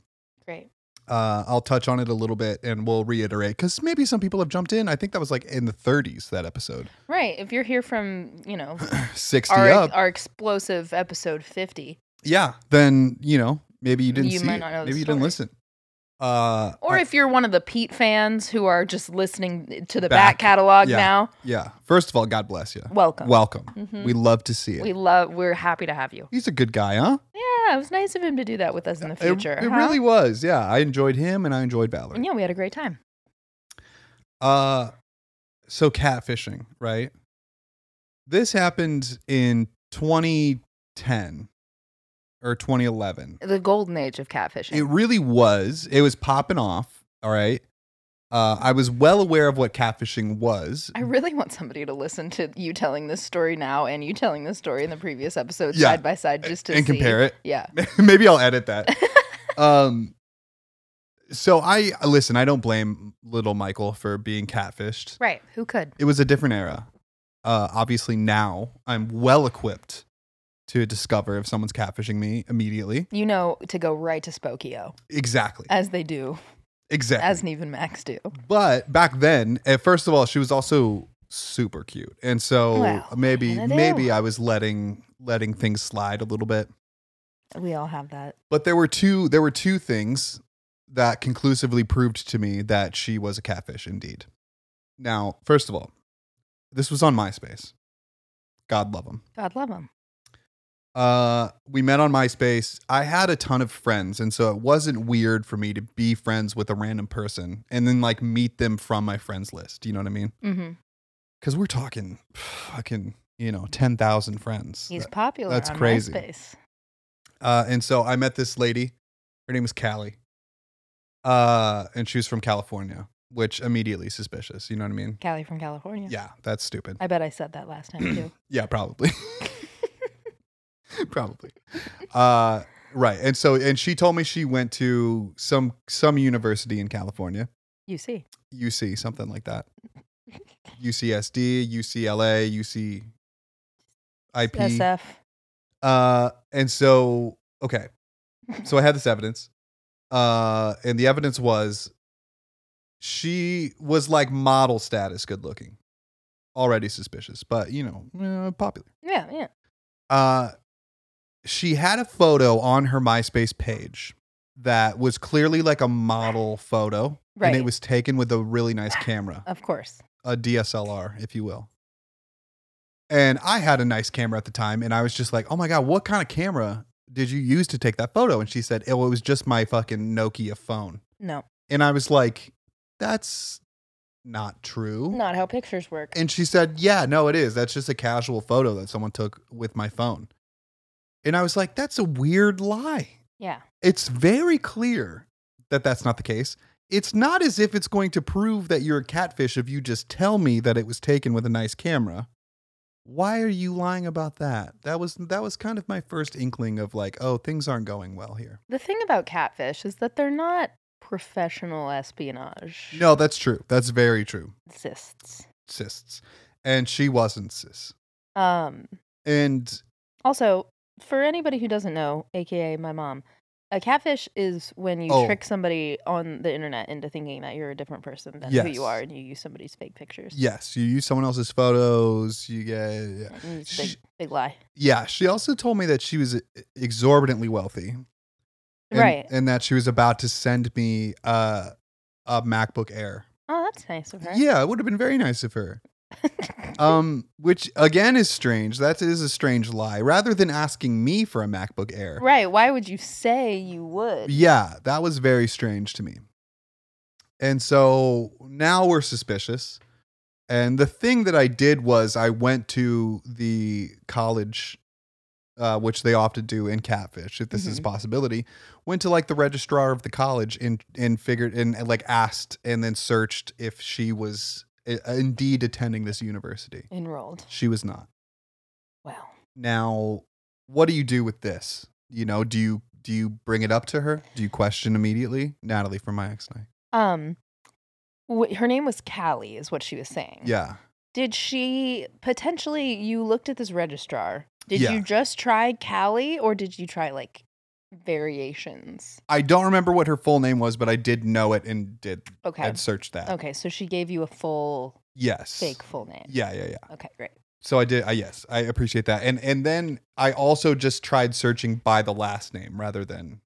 Speaker 1: great.
Speaker 2: Uh, I'll touch on it a little bit and we'll reiterate because maybe some people have jumped in. I think that was like in the 30s that episode,
Speaker 1: Right. If you're here from you know
Speaker 2: 60
Speaker 1: our
Speaker 2: up.
Speaker 1: our explosive episode fifty,
Speaker 2: yeah, then you know maybe you didn't
Speaker 1: You
Speaker 2: see
Speaker 1: might
Speaker 2: it.
Speaker 1: not know the
Speaker 2: maybe you didn't
Speaker 1: story.
Speaker 2: listen. Uh,
Speaker 1: or
Speaker 2: I-
Speaker 1: if you're one of the Pete fans who are just listening to the
Speaker 2: Back.
Speaker 1: back, catalog
Speaker 2: Yeah.
Speaker 1: now,
Speaker 2: yeah, first of all, God bless you.
Speaker 1: welcome.
Speaker 2: Welcome.
Speaker 1: Mhm.
Speaker 2: We love to see it.
Speaker 1: we love. We're happy to have you.
Speaker 2: He's a good guy, huh?
Speaker 1: Yeah, it was nice of him to do that with us in the
Speaker 2: It-
Speaker 1: future.
Speaker 2: It,
Speaker 1: huh?
Speaker 2: really was. Yeah, I enjoyed him and I enjoyed Valerie.
Speaker 1: And yeah, we had a great time.
Speaker 2: Uh, so catfishing, right? This happened in 2010 or 2011.
Speaker 1: The golden age of catfishing.
Speaker 2: It really was. It was popping off. All right. Uh, I was well aware of what catfishing was.
Speaker 1: I really want somebody to listen to you telling this story now and you telling this story in the previous episode
Speaker 2: Yeah.
Speaker 1: side by side just to
Speaker 2: and
Speaker 1: see.
Speaker 2: compare it.
Speaker 1: Yeah.
Speaker 2: Maybe I'll edit that. um, so I listen. I don't blame little Michael for being catfished.
Speaker 1: Right. Who could?
Speaker 2: it was a different era. Uh, obviously, now I'm well equipped to discover if someone's catfishing me immediately.
Speaker 1: You know to go right to Spokio,
Speaker 2: Exactly.
Speaker 1: as they do,
Speaker 2: Exactly.
Speaker 1: as Neve and Max do.
Speaker 2: but back then, eh, first of all, she was also super cute, and so
Speaker 1: Well,
Speaker 2: maybe
Speaker 1: what can I do?
Speaker 2: maybe I was letting letting things slide a little bit.
Speaker 1: We all have that.
Speaker 2: But there were two there were two things that conclusively proved to me that she was a catfish indeed. Now, first of all, this was on MySpace. God love him.
Speaker 1: God love them.
Speaker 2: Uh, we met on MySpace. I had a ton of friends, and so it wasn't weird for me to be friends with a random person and then like meet them from my friends list. You know what I mean?
Speaker 1: Mm-hmm.
Speaker 2: Because we're talking fucking, you know, 10,000 friends.
Speaker 1: He's popular.
Speaker 2: that's
Speaker 1: on
Speaker 2: crazy.
Speaker 1: MySpace.
Speaker 2: Uh, and so I met this lady. Her name was Callie. Uh, and she was from California, which immediately suspicious. You know what I mean?
Speaker 1: Callie from California.
Speaker 2: Yeah, that's stupid.
Speaker 1: I bet I said that last time too.
Speaker 2: Yeah, probably. probably. Uh, right. And so, and she told me she went to some some university in California,
Speaker 1: you see.
Speaker 2: UC, something like that. UCSD, UCLA, UC, IP.
Speaker 1: SF.
Speaker 2: Uh, and so, okay. So I had this evidence. Uh, and the evidence was she was like model status good looking. already suspicious, but you know, uh, popular.
Speaker 1: Yeah, yeah.
Speaker 2: Uh, she had a photo on her MySpace page that was clearly like a model photo, and
Speaker 1: Right.
Speaker 2: it was taken with a really nice camera,
Speaker 1: Of course.
Speaker 2: a DSLR, if you will. And I had a nice camera at the time, and I was just like, "Oh my god, what kind of camera did you use to take that photo?" And she said, "Oh, it was just my fucking Nokia phone."
Speaker 1: No.
Speaker 2: And I was like, "That's not true."
Speaker 1: Not how pictures work.
Speaker 2: And she said, Yeah, no, it is. That's just a casual photo that someone took with my phone. And I was like, That's a weird lie.
Speaker 1: yeah.
Speaker 2: It's very clear that that's not the case. It's not as if it's going to prove that you're a catfish if you just tell me that it was taken with a nice camera. Why are you lying about that? That was that was kind of my first inkling of like, oh, things aren't going well here.
Speaker 1: The thing about catfish is that they're not professional espionage.
Speaker 2: No, that's true. That's very true.
Speaker 1: Exists.
Speaker 2: Cis. And she wasn't cis.
Speaker 1: Um,
Speaker 2: And
Speaker 1: also, for anybody who doesn't know, aka my mom, a catfish is when you
Speaker 2: Oh.
Speaker 1: trick somebody on the internet into thinking that you're a different person than who
Speaker 2: Yes.
Speaker 1: you are and you use somebody's fake pictures.
Speaker 2: Yes, you use someone else's photos. You get yeah.
Speaker 1: And It's a
Speaker 2: Sh-
Speaker 1: big, big lie.
Speaker 2: yeah. She also told me that she was e, exorbitantly wealthy, and,
Speaker 1: right.
Speaker 2: and that she was about to send me uh, a MacBook Air.
Speaker 1: Oh, that's nice of her.
Speaker 2: Yeah, it would have been very nice of her. Um, which again is strange. That is a strange lie. Rather than asking me for a MacBook Air,
Speaker 1: right. Why would you say you would?
Speaker 2: yeah, that was very strange to me. And so now we're suspicious. And the thing that I did was I went to the college, uh, which they often do in Catfish, if this is a
Speaker 1: Mhm.
Speaker 2: possibility. Went to like the registrar of the college and and figured and, and, like asked and then searched if she was uh, indeed attending this university.
Speaker 1: Enrolled.
Speaker 2: She was not.
Speaker 1: Well,
Speaker 2: Now, what do you do with this? You know, do you do you bring it up to her? Do you question immediately? Natalie from my ex night.
Speaker 1: um, wh- her name was Callie, is what she was saying.
Speaker 2: Yeah.
Speaker 1: Did she potentially? You looked at this registrar. Did
Speaker 2: Yeah.
Speaker 1: you just try Callie, or did you try like variations?
Speaker 2: I don't remember what her full name was, but I did know it and did
Speaker 1: Okay.
Speaker 2: had searched that.
Speaker 1: Okay, so she gave you a full
Speaker 2: Yes.
Speaker 1: fake full name.
Speaker 2: Yeah, yeah, yeah.
Speaker 1: Okay, great.
Speaker 2: So I did I yes, I appreciate that. And and then I also just tried searching by the last name rather than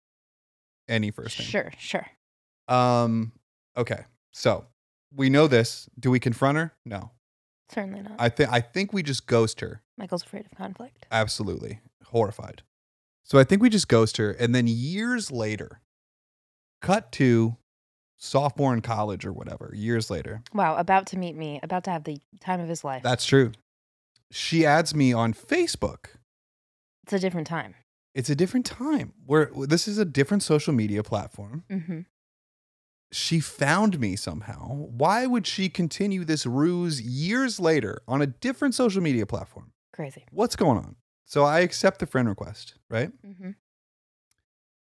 Speaker 2: any first name.
Speaker 1: Sure, sure.
Speaker 2: Um okay. So, we know this. Do we confront her? No.
Speaker 1: Certainly not.
Speaker 2: I think I think we just ghost her.
Speaker 1: Michael's afraid of conflict.
Speaker 2: Absolutely. Horrified. So I think we just ghost her. And then years later, cut to sophomore in college or whatever, years later.
Speaker 1: Wow, about to meet me, about to have the time of his life.
Speaker 2: That's true. She adds me on Facebook.
Speaker 1: it's a different time.
Speaker 2: It's a different time where this is a different social media platform.
Speaker 1: Mm-hmm.
Speaker 2: She found me somehow. Why would she continue this ruse years later on a different social media platform?
Speaker 1: Crazy.
Speaker 2: What's going on? So I accept the friend request, right?
Speaker 1: Mm-hmm.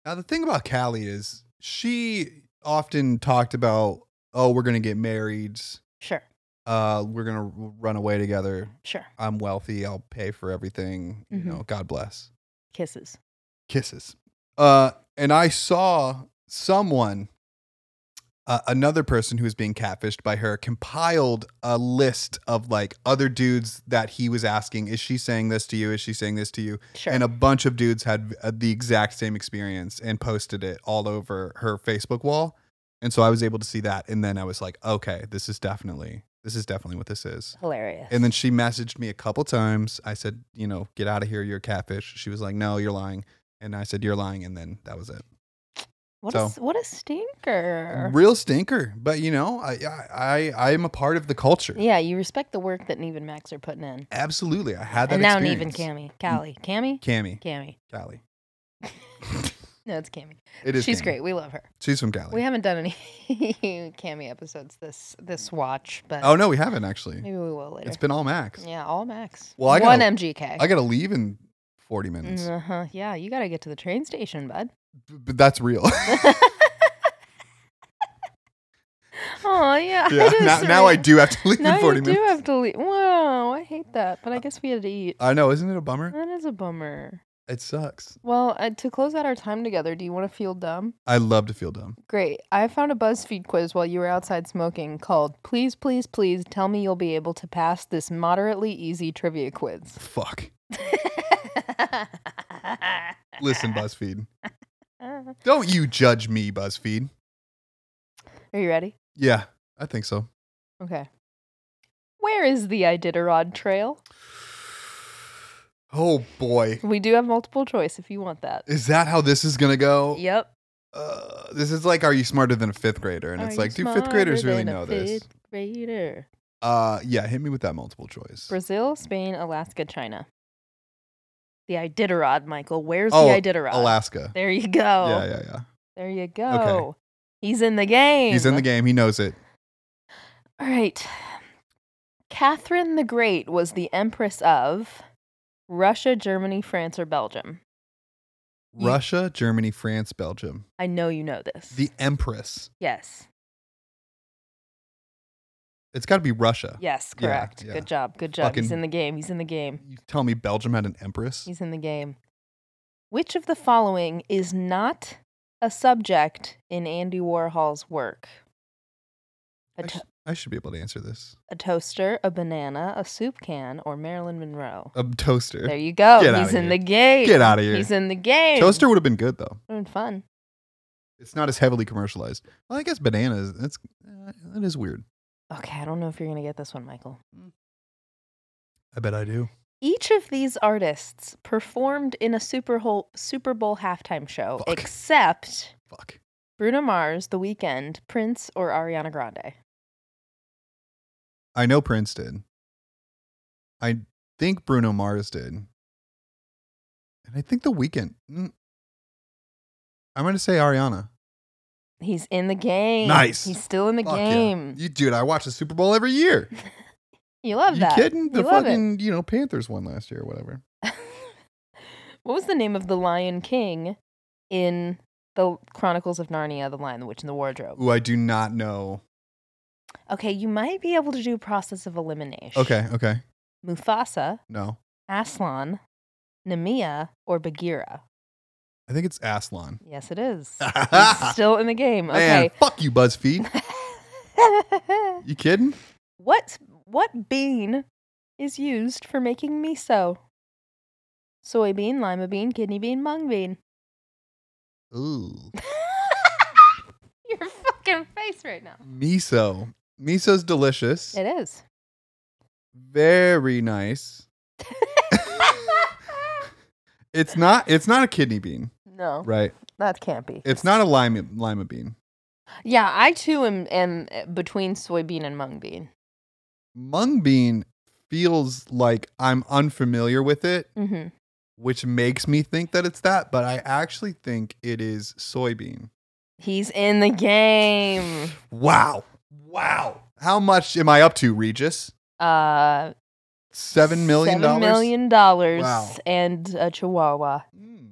Speaker 2: Now the thing about Callie is she often talked about, oh, we're gonna get married,
Speaker 1: Sure,
Speaker 2: uh, we're gonna r- run away together.
Speaker 1: sure.
Speaker 2: I'm wealthy, I'll pay for everything.
Speaker 1: Mhm.
Speaker 2: You know, God bless.
Speaker 1: Kisses.
Speaker 2: Kisses. Uh, and I saw someone, uh, another person who was being catfished by her, compiled a list of like other dudes that he was asking, is she saying this to you? Is she saying this to you?
Speaker 1: Sure.
Speaker 2: and a bunch of dudes had uh, the exact same experience and posted it all over her Facebook wall. And so I was able to see that, and then I was like, okay, this is definitely this is definitely what this is.
Speaker 1: Hilarious.
Speaker 2: And then she messaged me a couple times. I said, you know, get out of here, you're a catfish. She was like, no, you're lying. And I said, you're lying. And then that was it.
Speaker 1: what,
Speaker 2: so-
Speaker 1: a, s- what a stinker.
Speaker 2: Real stinker, but you know, I I I am a part of the culture.
Speaker 1: Yeah, you respect the work that Neve and Max are putting in.
Speaker 2: Absolutely, I had that.
Speaker 1: And now Neve and
Speaker 2: experience.
Speaker 1: Cammy. Callie. Cammy?
Speaker 2: Cammy,
Speaker 1: Cammy.
Speaker 2: Callie.
Speaker 1: No, it's Cammy.
Speaker 2: It is.
Speaker 1: She's
Speaker 2: Cammy.
Speaker 1: great. We love her.
Speaker 2: She's from Cali.
Speaker 1: We haven't done any Cammy episodes this this watch, but
Speaker 2: oh no, we haven't actually.
Speaker 1: maybe we will later.
Speaker 2: It's been all Max.
Speaker 1: yeah, all Max.
Speaker 2: Well, I
Speaker 1: One
Speaker 2: gotta-
Speaker 1: MGK.
Speaker 2: I gotta leave in 40 minutes.
Speaker 1: uh-huh. Yeah, you got to get to the train station, bud.
Speaker 2: B- But that's real.
Speaker 1: oh, yeah.
Speaker 2: yeah.
Speaker 1: it is
Speaker 2: Now, now I
Speaker 1: surreal.
Speaker 2: do have to leave
Speaker 1: Now
Speaker 2: in 40
Speaker 1: you do
Speaker 2: minutes.
Speaker 1: have to leave. Wow, I hate that, but I guess we had to eat. Mm.
Speaker 2: I know, isn't it a bummer?
Speaker 1: That is a bummer.
Speaker 2: It sucks.
Speaker 1: Well, uh, to close out our time together, do you want to feel dumb?
Speaker 2: I love to feel dumb.
Speaker 1: Great. I found a BuzzFeed quiz while you were outside smoking called Please, Please, Please Tell Me You'll Be Able to Pass This Moderately Easy Trivia Quiz.
Speaker 2: Fuck. Listen, BuzzFeed. Don't you judge me, BuzzFeed.
Speaker 1: Are you ready?
Speaker 2: Yeah, I think so.
Speaker 1: Okay. Where is the Iditarod Trail?
Speaker 2: Oh boy.
Speaker 1: We do have multiple choice if you want that.
Speaker 2: Is that how this is going to go?
Speaker 1: Yep.
Speaker 2: Uh, this is like, are you smarter than a fifth grader? And
Speaker 1: Are
Speaker 2: it's
Speaker 1: you
Speaker 2: like, do fifth
Speaker 1: smarter
Speaker 2: graders really
Speaker 1: than a
Speaker 2: know this?
Speaker 1: fifth Grader.
Speaker 2: Uh, yeah, hit me with that multiple choice.
Speaker 1: Brazil, Spain, Alaska, China. The Iditarod, Michael. Where's
Speaker 2: Oh,
Speaker 1: the Iditarod?
Speaker 2: Alaska.
Speaker 1: There you go.
Speaker 2: Yeah, yeah, yeah.
Speaker 1: There you go. He's in the game.
Speaker 2: He's in the game. He knows it.
Speaker 1: All right. Catherine the Great was the empress of Russia, Germany, France, or Belgium. You-
Speaker 2: Russia, Germany, France, Belgium.
Speaker 1: I know you know this.
Speaker 2: The Empress.
Speaker 1: yes.
Speaker 2: It's got to be Russia.
Speaker 1: Yes,
Speaker 2: Yeah,
Speaker 1: correct.
Speaker 2: yeah.
Speaker 1: Good job. Good job. He's
Speaker 2: Fucking-
Speaker 1: in the game. He's in the game.
Speaker 2: You tell me Belgium had an Empress?
Speaker 1: He's in the game. Which of the following is not a subject in Andy Warhol's work? A,
Speaker 2: I,
Speaker 1: to-
Speaker 2: sh- I should be able to answer this.
Speaker 1: a toaster, a banana, a soup can, or Marilyn Monroe?
Speaker 2: A toaster.
Speaker 1: There you go.
Speaker 2: Eh, Get
Speaker 1: He's
Speaker 2: outta
Speaker 1: in
Speaker 2: here.
Speaker 1: the game.
Speaker 2: Get out of here.
Speaker 1: He's in the game.
Speaker 2: Toaster would have been good though.
Speaker 1: Doing fun.
Speaker 2: It's not as heavily commercialized. Well, I guess bananas. That's uh, that is weird.
Speaker 1: Okay, I don't know if you're going to get this one, Michael.
Speaker 2: I bet I do.
Speaker 1: Each of these artists performed in a Super Bowl, Super Bowl halftime show,
Speaker 2: Fuck.
Speaker 1: except
Speaker 2: Fuck.
Speaker 1: Bruno Mars, The Weeknd, Prince, or Ariana Grande.
Speaker 2: I know Prince did. I think Bruno Mars did, and I think The Weeknd. Mm. I'm gonna say Ariana.
Speaker 1: He's in the game.
Speaker 2: Nice.
Speaker 1: He's still in the
Speaker 2: Fuck yeah.
Speaker 1: game.
Speaker 2: You dude, I watch the Super Bowl every year.
Speaker 1: You love
Speaker 2: you
Speaker 1: that.
Speaker 2: kidding? The
Speaker 1: you love it.
Speaker 2: fucking you know Panthers won last year or whatever.
Speaker 1: what was the name of the Lion King in the Chronicles of Narnia, The Lion, the Witch, and the Wardrobe?
Speaker 2: Ooh, I do not know.
Speaker 1: Okay, you might be able to do process of elimination.
Speaker 2: Okay, okay,
Speaker 1: Mufasa,
Speaker 2: no.
Speaker 1: Aslan, Nemea, or Bagheera?
Speaker 2: I think it's Aslan.
Speaker 1: Yes, it is. He's still in the game.
Speaker 2: Man,
Speaker 1: Okay.
Speaker 2: fuck you, BuzzFeed. You kidding?
Speaker 1: what what bean is used for making miso? Soybean, lima bean, kidney bean, mung bean.
Speaker 2: Ooh.
Speaker 1: Your fucking face right now.
Speaker 2: Miso. Miso's delicious.
Speaker 1: It is.
Speaker 2: Very nice. It's not it's not a kidney bean,
Speaker 1: no,
Speaker 2: right?
Speaker 1: that can't be.
Speaker 2: It's not a lima lima bean.
Speaker 1: Yeah, I too am, am uh, between soybean and mung bean.
Speaker 2: Mung bean feels like I'm unfamiliar with it,
Speaker 1: Mm-hmm.
Speaker 2: which makes me think that it's that, but I actually think it is soybean.
Speaker 1: He's in the game.
Speaker 2: Wow. Wow. How much am I up to, Regis?
Speaker 1: Uh,
Speaker 2: Seven million
Speaker 1: Seven
Speaker 2: dollars?
Speaker 1: million dollars
Speaker 2: Wow.
Speaker 1: and a chihuahua.
Speaker 2: Mm.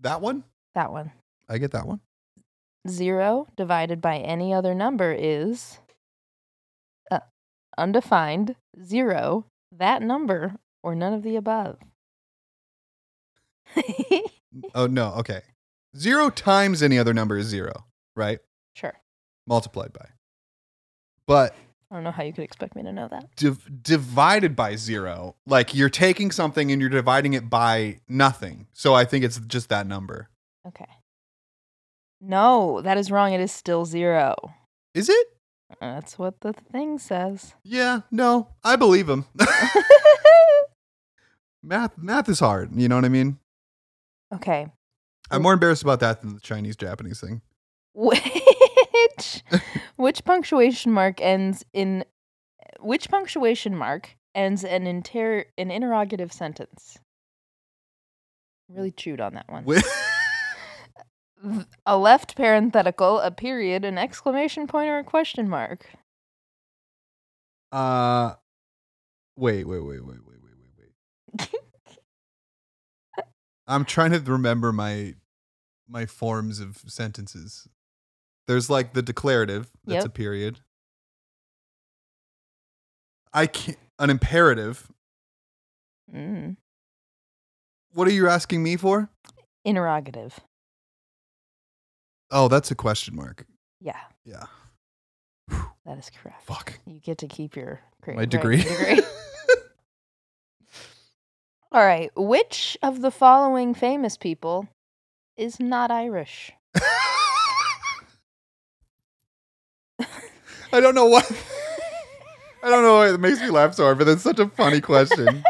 Speaker 2: That one?
Speaker 1: That one.
Speaker 2: I get that one.
Speaker 1: Zero divided by any other number is uh, undefined. Zero. That number or none of the above.
Speaker 2: Oh no, okay. Zero times any other number is zero, right?
Speaker 1: sure.
Speaker 2: Multiplied by. But
Speaker 1: I don't know how you could expect me to know that.
Speaker 2: div- divided by zero, like you're taking something and you're dividing it by nothing. So I think it's just that number.
Speaker 1: Okay. No, that is wrong. It is still zero.
Speaker 2: Is it?
Speaker 1: That's what the thing says.
Speaker 2: Yeah, no, I believe him. math, math is hard. You know what I mean?
Speaker 1: okay.
Speaker 2: I'm more embarrassed about that than the Chinese Japanese thing.
Speaker 1: Which which punctuation mark ends in which punctuation mark ends an inter an interrogative sentence? Really chewed on that one.
Speaker 2: Wh-
Speaker 1: Th- a left parenthetical, a period, an exclamation point, or a question mark.
Speaker 2: uh, wait, wait, wait, wait, wait, wait, wait, wait. I'm trying to remember my my forms of sentences. There's like the declarative, that's
Speaker 1: Yep.
Speaker 2: a period. I can not an imperative,
Speaker 1: Mm.
Speaker 2: What are you asking me for?
Speaker 1: Interrogative.
Speaker 2: Oh, that's a question mark.
Speaker 1: Yeah,
Speaker 2: Yeah.
Speaker 1: that is correct.
Speaker 2: Fuck.
Speaker 1: You get to keep your cra-
Speaker 2: My
Speaker 1: correct
Speaker 2: degree.
Speaker 1: degree. All right. Which of the following famous people is not Irish?
Speaker 2: I don't know what. I don't know why it makes me laugh so hard, but that's such a funny question.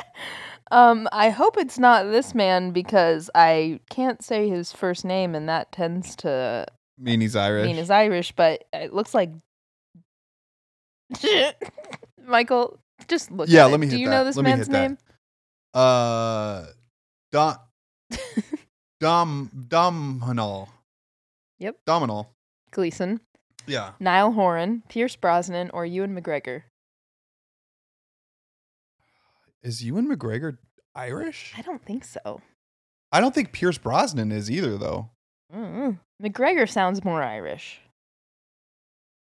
Speaker 1: Um, I hope it's not this man because I can't say his first name, and that tends to
Speaker 2: mean he's Irish.
Speaker 1: mean he's Irish. But it looks like Michael. Just look.
Speaker 2: Yeah,
Speaker 1: at
Speaker 2: let
Speaker 1: it.
Speaker 2: me
Speaker 1: Do
Speaker 2: hit
Speaker 1: you
Speaker 2: that.
Speaker 1: know this
Speaker 2: Let me
Speaker 1: man's
Speaker 2: hit that.
Speaker 1: name?
Speaker 2: uh, Dom, Dom, Domino.
Speaker 1: Yep.
Speaker 2: Domino.
Speaker 1: Gleason,
Speaker 2: Yeah.
Speaker 1: Niall Horan, Pierce Brosnan, or Ewan McGregor.
Speaker 2: Is Ewan McGregor Irish?
Speaker 1: I don't think so.
Speaker 2: I don't think Pierce Brosnan is either, though.
Speaker 1: Mm. McGregor sounds more Irish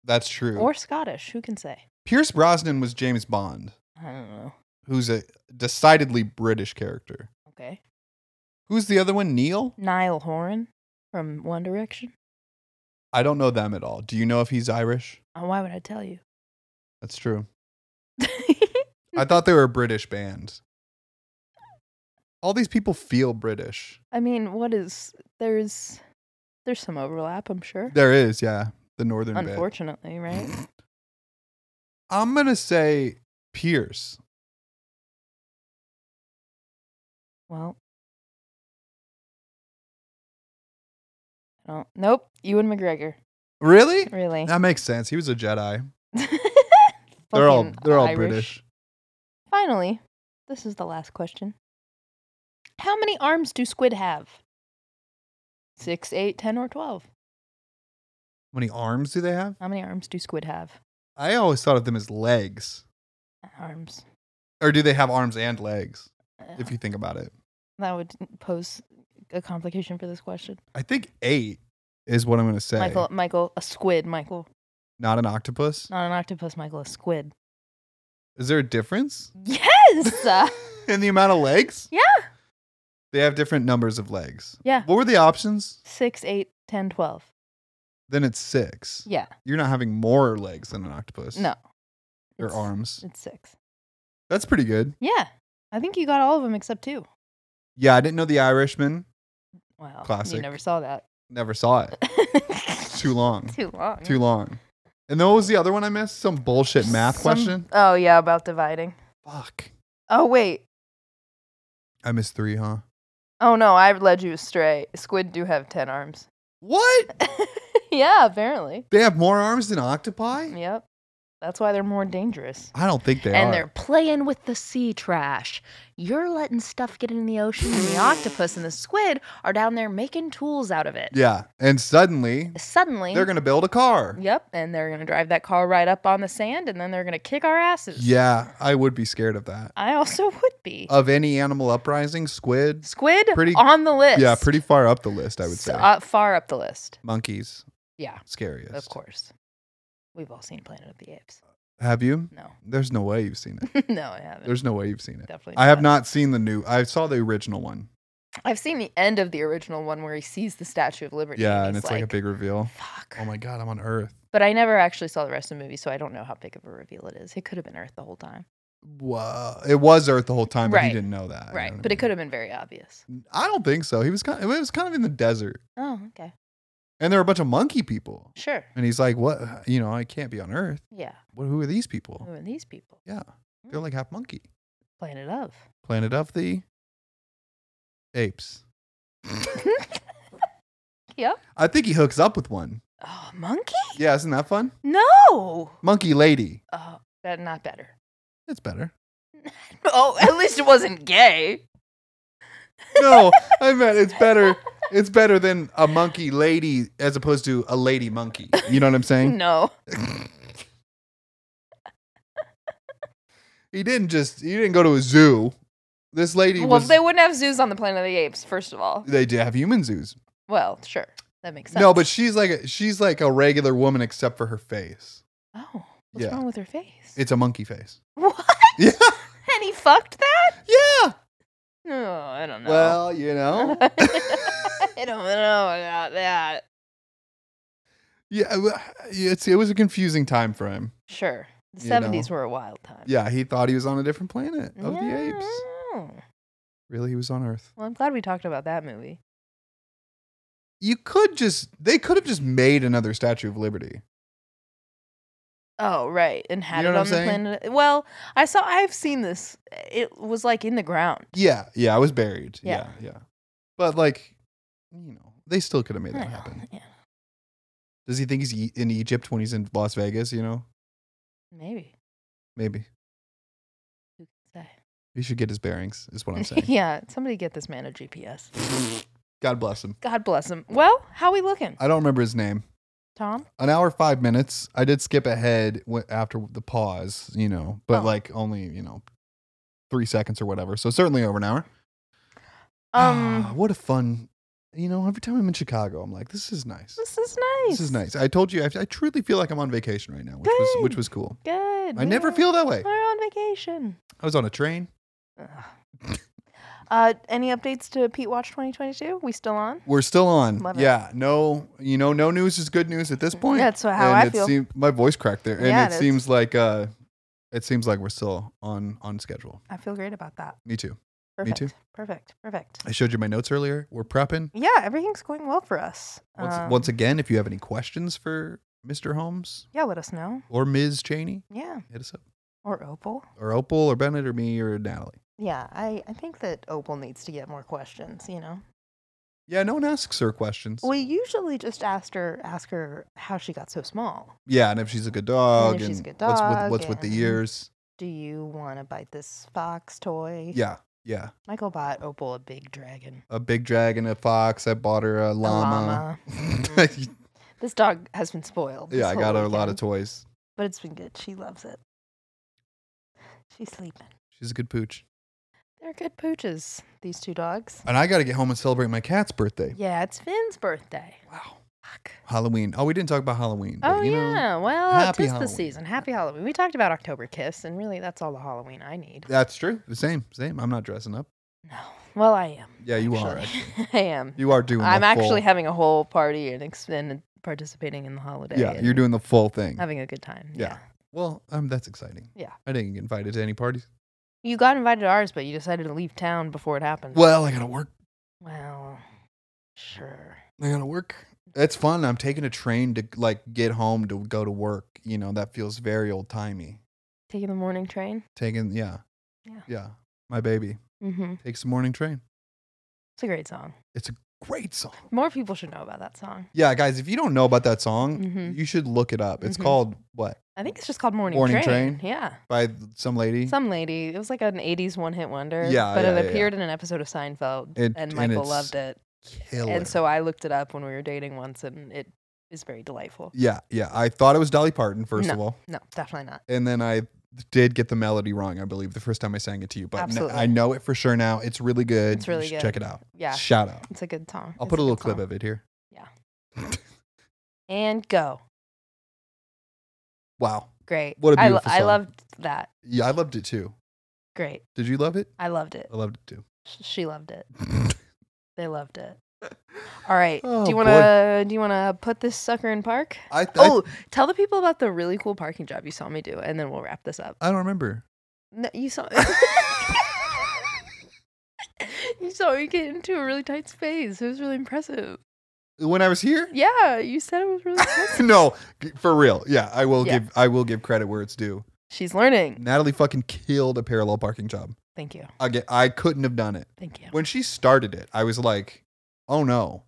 Speaker 2: That's true.
Speaker 1: or Scottish. Who can say?
Speaker 2: Pierce Brosnan was James Bond,
Speaker 1: I don't know.
Speaker 2: who's a decidedly British character.
Speaker 1: Okay.
Speaker 2: Who's the other one? Neil?
Speaker 1: Niall Horan from One Direction.
Speaker 2: I don't know them at all. Do you know if he's Irish?
Speaker 1: Oh, why would I tell you?
Speaker 2: That's true.
Speaker 1: Mm-hmm.
Speaker 2: I thought they were a British band. All these people feel British.
Speaker 1: I mean, what is there's there's some overlap, I'm sure.
Speaker 2: There is, yeah, the northern bit. Mm-hmm.
Speaker 1: Unfortunately, right?
Speaker 2: I'm gonna say Pierce.
Speaker 1: Well, I don't. Nope, Ewan McGregor.
Speaker 2: Really?
Speaker 1: Really?
Speaker 2: That makes sense. He was a Jedi. They're all
Speaker 1: Fucking
Speaker 2: they're all
Speaker 1: Irish.
Speaker 2: British.
Speaker 1: Finally, this is the last question. How many arms do squid have? Six, eight, ten, or twelve?
Speaker 2: How many arms do they have?
Speaker 1: How many arms do squid have? Uh,
Speaker 2: I always thought of them as legs.
Speaker 1: Arms.
Speaker 2: Or do they have arms and legs?
Speaker 1: Uh,
Speaker 2: If you think about it,
Speaker 1: that would pose a complication for this question.
Speaker 2: I think eight is what I'm gonna say.
Speaker 1: Michael, Michael, a squid, Michael.
Speaker 2: Not an octopus.
Speaker 1: Not an octopus, Michael, a squid.
Speaker 2: Is there a difference
Speaker 1: Yes! Uh,
Speaker 2: in the amount of legs?
Speaker 1: Yeah.
Speaker 2: They have different numbers of legs.
Speaker 1: yeah.
Speaker 2: What were the options?
Speaker 1: Six, eight, ten, twelve.
Speaker 2: Then it's six.
Speaker 1: Yeah.
Speaker 2: You're not having more legs than an octopus.
Speaker 1: No.
Speaker 2: Or
Speaker 1: it's,
Speaker 2: arms.
Speaker 1: It's six.
Speaker 2: That's pretty good.
Speaker 1: Yeah. I think you got all of them except two.
Speaker 2: Yeah, I didn't know the Irishman.
Speaker 1: Wow.
Speaker 2: Classic.
Speaker 1: You never saw that.
Speaker 2: Never saw it. It's too long.
Speaker 1: Too long.
Speaker 2: Too long. And then what was the other one I missed? Some bullshit math
Speaker 1: Some-
Speaker 2: question.
Speaker 1: Oh, yeah, about dividing.
Speaker 2: Fuck.
Speaker 1: Oh, wait.
Speaker 2: I missed three, huh?
Speaker 1: Oh, no, I led you astray. Squid do have ten arms.
Speaker 2: What?
Speaker 1: yeah, apparently.
Speaker 2: They have more arms than octopi?
Speaker 1: Yep. That's why they're more dangerous.
Speaker 2: I don't think they
Speaker 5: and
Speaker 2: are.
Speaker 5: they're playing with the sea trash. You're letting stuff get in the ocean, and the octopus and the squid are down there making tools out of it.
Speaker 2: yeah. And suddenly
Speaker 5: Suddenly,
Speaker 2: they're gonna build a car.
Speaker 1: Yep, and they're gonna drive that car right up on the sand, and then they're gonna kick our asses.
Speaker 2: Yeah, I would be scared of that.
Speaker 1: I also would be.
Speaker 2: Of any animal uprising, squid.
Speaker 1: Squid
Speaker 2: pretty-
Speaker 1: on the list.
Speaker 2: Yeah, pretty far up the list, I would
Speaker 1: So-
Speaker 2: say.
Speaker 1: uh, far up the list.
Speaker 2: Monkeys,
Speaker 1: Yeah,
Speaker 2: scariest.
Speaker 1: of course. We've all seen Planet of the Apes.
Speaker 2: Uh, Have you?
Speaker 1: No,
Speaker 2: There's no way you've seen it.
Speaker 1: no, I haven't.
Speaker 2: There's no way you've seen it.
Speaker 1: Definitely.
Speaker 2: I have not seen the new. I saw the original one.
Speaker 1: I've seen the end of the original one where he sees the Statue of Liberty.
Speaker 2: Yeah,
Speaker 1: he's
Speaker 2: and it's like, a big reveal.
Speaker 1: fuck.
Speaker 2: Oh my god, I'm on Earth.
Speaker 1: But I never actually saw the rest of the movie, so I don't know how big of a reveal it is. It could have been Earth the whole time,
Speaker 2: Wow, it was Earth the whole time, but he
Speaker 1: Right.
Speaker 2: didn't know that. you know
Speaker 1: right?
Speaker 2: what I Mm.
Speaker 1: But it
Speaker 2: mean?
Speaker 1: could have been very obvious.
Speaker 2: I don't think so. He was kind. Of, it was kind of in the desert,
Speaker 1: Oh, okay,
Speaker 2: and there were a bunch of monkey people.
Speaker 1: sure.
Speaker 2: And he's like, "What? You know, I can't be on Earth.
Speaker 1: Yeah,
Speaker 2: What? Who are these people?
Speaker 1: who are these people?
Speaker 2: Yeah, they're like half monkey.
Speaker 1: Planet of.
Speaker 2: Planet of the apes.
Speaker 1: Yep.
Speaker 2: I think he hooks up with one.
Speaker 1: Oh, monkey?
Speaker 2: Yeah, isn't that fun?
Speaker 1: No.
Speaker 2: Monkey lady.
Speaker 1: Oh, that not better.
Speaker 2: It's better.
Speaker 1: Oh, at least it wasn't gay.
Speaker 2: No, I meant it's better. It's better than a monkey lady as opposed to a lady monkey. You know what I'm saying?
Speaker 1: No.
Speaker 2: He didn't just. He didn't go to a zoo. This lady
Speaker 1: Well,
Speaker 2: was.
Speaker 1: they wouldn't have zoos on the Planet of the Apes, first of all.
Speaker 2: They do have human zoos.
Speaker 1: Well, sure, that makes sense.
Speaker 2: No, but she's like a, she's like a regular woman except for her face.
Speaker 1: oh, what's
Speaker 2: Yeah.
Speaker 1: wrong with her face?
Speaker 2: It's a monkey face.
Speaker 1: what?
Speaker 2: Yeah.
Speaker 1: And he fucked that?
Speaker 2: Yeah.
Speaker 1: No, I I don't know.
Speaker 2: Well, you know.
Speaker 1: I don't know about that.
Speaker 2: yeah, well, it's, it was a confusing time for him.
Speaker 1: Sure. The
Speaker 2: You know.
Speaker 1: 70s were a wild time.
Speaker 2: Yeah, he thought he was on a different planet of the
Speaker 1: Yeah.
Speaker 2: apes. Really, he was on Earth.
Speaker 1: Mm. Well, I'm glad we talked about that movie.
Speaker 2: You could just, they could have just made another Statue of Liberty.
Speaker 1: Oh, right. And had
Speaker 2: know
Speaker 1: it
Speaker 2: what I'm
Speaker 1: on the
Speaker 2: saying?
Speaker 1: planet. Well, I saw I've seen this. It was like in the ground.
Speaker 2: Yeah, yeah, I was buried. Yeah,
Speaker 1: Yeah.
Speaker 2: yeah. But like, you know, they still could have made
Speaker 1: I
Speaker 2: that
Speaker 1: know,
Speaker 2: happen.
Speaker 1: yeah.
Speaker 2: Does he think he's e- in Egypt when he's in Las Vegas? You know,
Speaker 1: Maybe.
Speaker 2: maybe
Speaker 1: Who can
Speaker 2: he should get his bearings. Is what I'm
Speaker 1: say?
Speaker 2: saying.
Speaker 1: yeah, somebody get this man a GPS.
Speaker 2: God bless him.
Speaker 1: God bless him. Well, how we looking?
Speaker 2: I don't remember his name.
Speaker 1: Tom?
Speaker 2: An hour five minutes. I did skip ahead w- after the pause. You know, but
Speaker 1: Oh.
Speaker 2: like only you know three seconds or whatever. So certainly over an hour. Ah,
Speaker 1: Um
Speaker 2: what a fun. You know, every time I'm in Chicago, I'm like, this is nice.
Speaker 1: this is nice.
Speaker 2: This is nice. I told you, I, I truly feel like I'm on vacation right now, which was which
Speaker 1: Good.
Speaker 2: was cool.
Speaker 1: Good.
Speaker 2: I never
Speaker 1: We're-
Speaker 2: feel that way.
Speaker 1: We're on vacation.
Speaker 2: I was on a train.
Speaker 1: Ugh. Uh, any updates to Pete Watch 2022? We still on?
Speaker 2: We're still on.
Speaker 1: Love it.
Speaker 2: yeah. No, you know, no news is good news at this point.
Speaker 1: That's how I
Speaker 2: and it
Speaker 1: feel.
Speaker 2: seem- my voice cracked there, and
Speaker 1: Yeah, it
Speaker 2: it
Speaker 1: is.
Speaker 2: seems like uh, it seems like we're still on on schedule.
Speaker 1: I feel great about that.
Speaker 2: Me too. Me
Speaker 1: Perfect.
Speaker 2: too.
Speaker 1: Perfect. Perfect.
Speaker 2: I showed you my notes earlier. We're prepping.
Speaker 1: Yeah, everything's going well for us.
Speaker 2: Once,
Speaker 1: Um,
Speaker 2: once again, if you have any questions for Mr. Holmes
Speaker 1: yeah, let us know.
Speaker 2: or Ms. Cheney,
Speaker 1: Yeah,
Speaker 2: hit us up,
Speaker 1: or Opal.
Speaker 2: or Opal, or Bennett, or me, or Natalie.
Speaker 1: Yeah, I, I think that Opal needs to get more questions, you know.
Speaker 2: Yeah, no one asks her questions.
Speaker 1: We usually just asked her ask her how she got so small.
Speaker 2: yeah, and if she's a good dog,
Speaker 1: if she's a good
Speaker 2: what's with
Speaker 1: dog,
Speaker 2: what's with
Speaker 1: and-
Speaker 2: the ears.
Speaker 1: Do you want to bite this fox toy?
Speaker 2: Yeah, yeah.
Speaker 1: Michael bought Opal a big dragon.
Speaker 2: A big dragon, a fox. I bought her a
Speaker 1: A Mm-hmm.
Speaker 2: llama.
Speaker 1: This dog has been spoiled. this
Speaker 2: yeah, I
Speaker 1: whole
Speaker 2: got her a lot of
Speaker 1: weekend,
Speaker 2: toys.
Speaker 1: But it's been good. She loves it. She's sleeping.
Speaker 2: She's a good pooch.
Speaker 1: They're good pooches, these two dogs.
Speaker 2: And I got to get home and celebrate my cat's birthday.
Speaker 1: Yeah, it's Finn's birthday.
Speaker 2: Wow.
Speaker 1: Fuck.
Speaker 2: Halloween. Oh, we didn't talk about Halloween. but,
Speaker 1: Oh
Speaker 2: you know,
Speaker 1: yeah, well,
Speaker 2: happy
Speaker 1: it's the
Speaker 2: Halloween.
Speaker 1: season. Happy Halloween. We talked about October Kiss, and really, that's all the Halloween I need.
Speaker 2: That's true. The same, same. I'm not dressing up.
Speaker 1: No, well, I am.
Speaker 2: Yeah, you are.
Speaker 1: actually.
Speaker 2: actually.
Speaker 1: I am.
Speaker 2: You are doing.
Speaker 1: I'm
Speaker 2: the full-
Speaker 1: actually having a whole party and extended participating in the holiday.
Speaker 2: Yeah,
Speaker 1: and
Speaker 2: you're doing the full thing.
Speaker 1: having a good time. Yeah.
Speaker 2: Yeah. Well, um, that's exciting.
Speaker 1: Yeah.
Speaker 2: I didn't get invited to any parties.
Speaker 1: you got invited to ours, but you decided to leave town before it happened.
Speaker 2: Well, I gotta work.
Speaker 1: Well, sure.
Speaker 2: I gotta work. It's fun. I'm taking a train to like get home to go to work. You know that feels very old timey.
Speaker 1: Taking the morning train.
Speaker 2: Taking yeah,
Speaker 1: Yeah.
Speaker 2: yeah. My baby
Speaker 1: Mm-hmm.
Speaker 2: takes the morning train.
Speaker 1: It's a great song.
Speaker 2: Great song.
Speaker 1: More people should know about that song.
Speaker 2: Yeah, guys, if you don't know about that song,
Speaker 1: Mhm.
Speaker 2: you should look it up. It's
Speaker 1: Mhm.
Speaker 2: called what
Speaker 1: I think it's just called Morning,
Speaker 2: Morning Train?
Speaker 1: Yeah.
Speaker 2: by some lady.
Speaker 1: Some lady. It was like an 80s one hit wonder.
Speaker 2: Yeah,
Speaker 1: But
Speaker 2: yeah, yeah,
Speaker 1: it
Speaker 2: yeah.
Speaker 1: appeared in an episode of Seinfeld,
Speaker 2: It- and
Speaker 1: and Michael
Speaker 2: it's
Speaker 1: loved it.
Speaker 2: Killer.
Speaker 1: And so I looked it up when we were dating once, and it is very delightful.
Speaker 2: yeah, yeah. I thought it was Dolly Parton first of all,
Speaker 1: No, definitely not.
Speaker 2: and then I did get the melody wrong. I believe the first time I sang it to you, but n-
Speaker 1: Absolutely.
Speaker 2: I know it for sure now. It's really good.
Speaker 1: It's
Speaker 2: You
Speaker 1: really
Speaker 2: should
Speaker 1: good.
Speaker 2: Check it out.
Speaker 1: Yeah,
Speaker 2: Shout out.
Speaker 1: it's a good song.
Speaker 2: I'll put a little clip of it here.
Speaker 1: And go.
Speaker 2: Wow.
Speaker 1: Great.
Speaker 2: What a
Speaker 1: I
Speaker 2: beautiful
Speaker 1: I
Speaker 2: song.
Speaker 1: loved that.
Speaker 2: Yeah, I loved it too.
Speaker 1: Great.
Speaker 2: Did you love it?
Speaker 1: I loved it.
Speaker 2: I loved it too.
Speaker 1: Sh- She loved it. They loved it. All right.
Speaker 2: Oh,
Speaker 1: do you
Speaker 2: boy.
Speaker 1: want to do you want to put this sucker in park?
Speaker 2: I, th-
Speaker 1: Oh, tell the people about the really cool parking job you saw me do, and then we'll wrap this up.
Speaker 2: I, I don't remember.
Speaker 1: No, you saw. you saw me get into a really tight space. It was really impressive.
Speaker 2: When I was here?
Speaker 1: Yeah, you said it was really impressive.
Speaker 2: no, g- for real. Yeah, I will
Speaker 1: Yeah.
Speaker 2: give I will give credit where it's due.
Speaker 1: She's learning.
Speaker 2: Natalie fucking killed a parallel parking job.
Speaker 1: Thank you.
Speaker 2: I get, I couldn't have done it.
Speaker 1: Thank you.
Speaker 2: When she started it, I was like, "Oh no.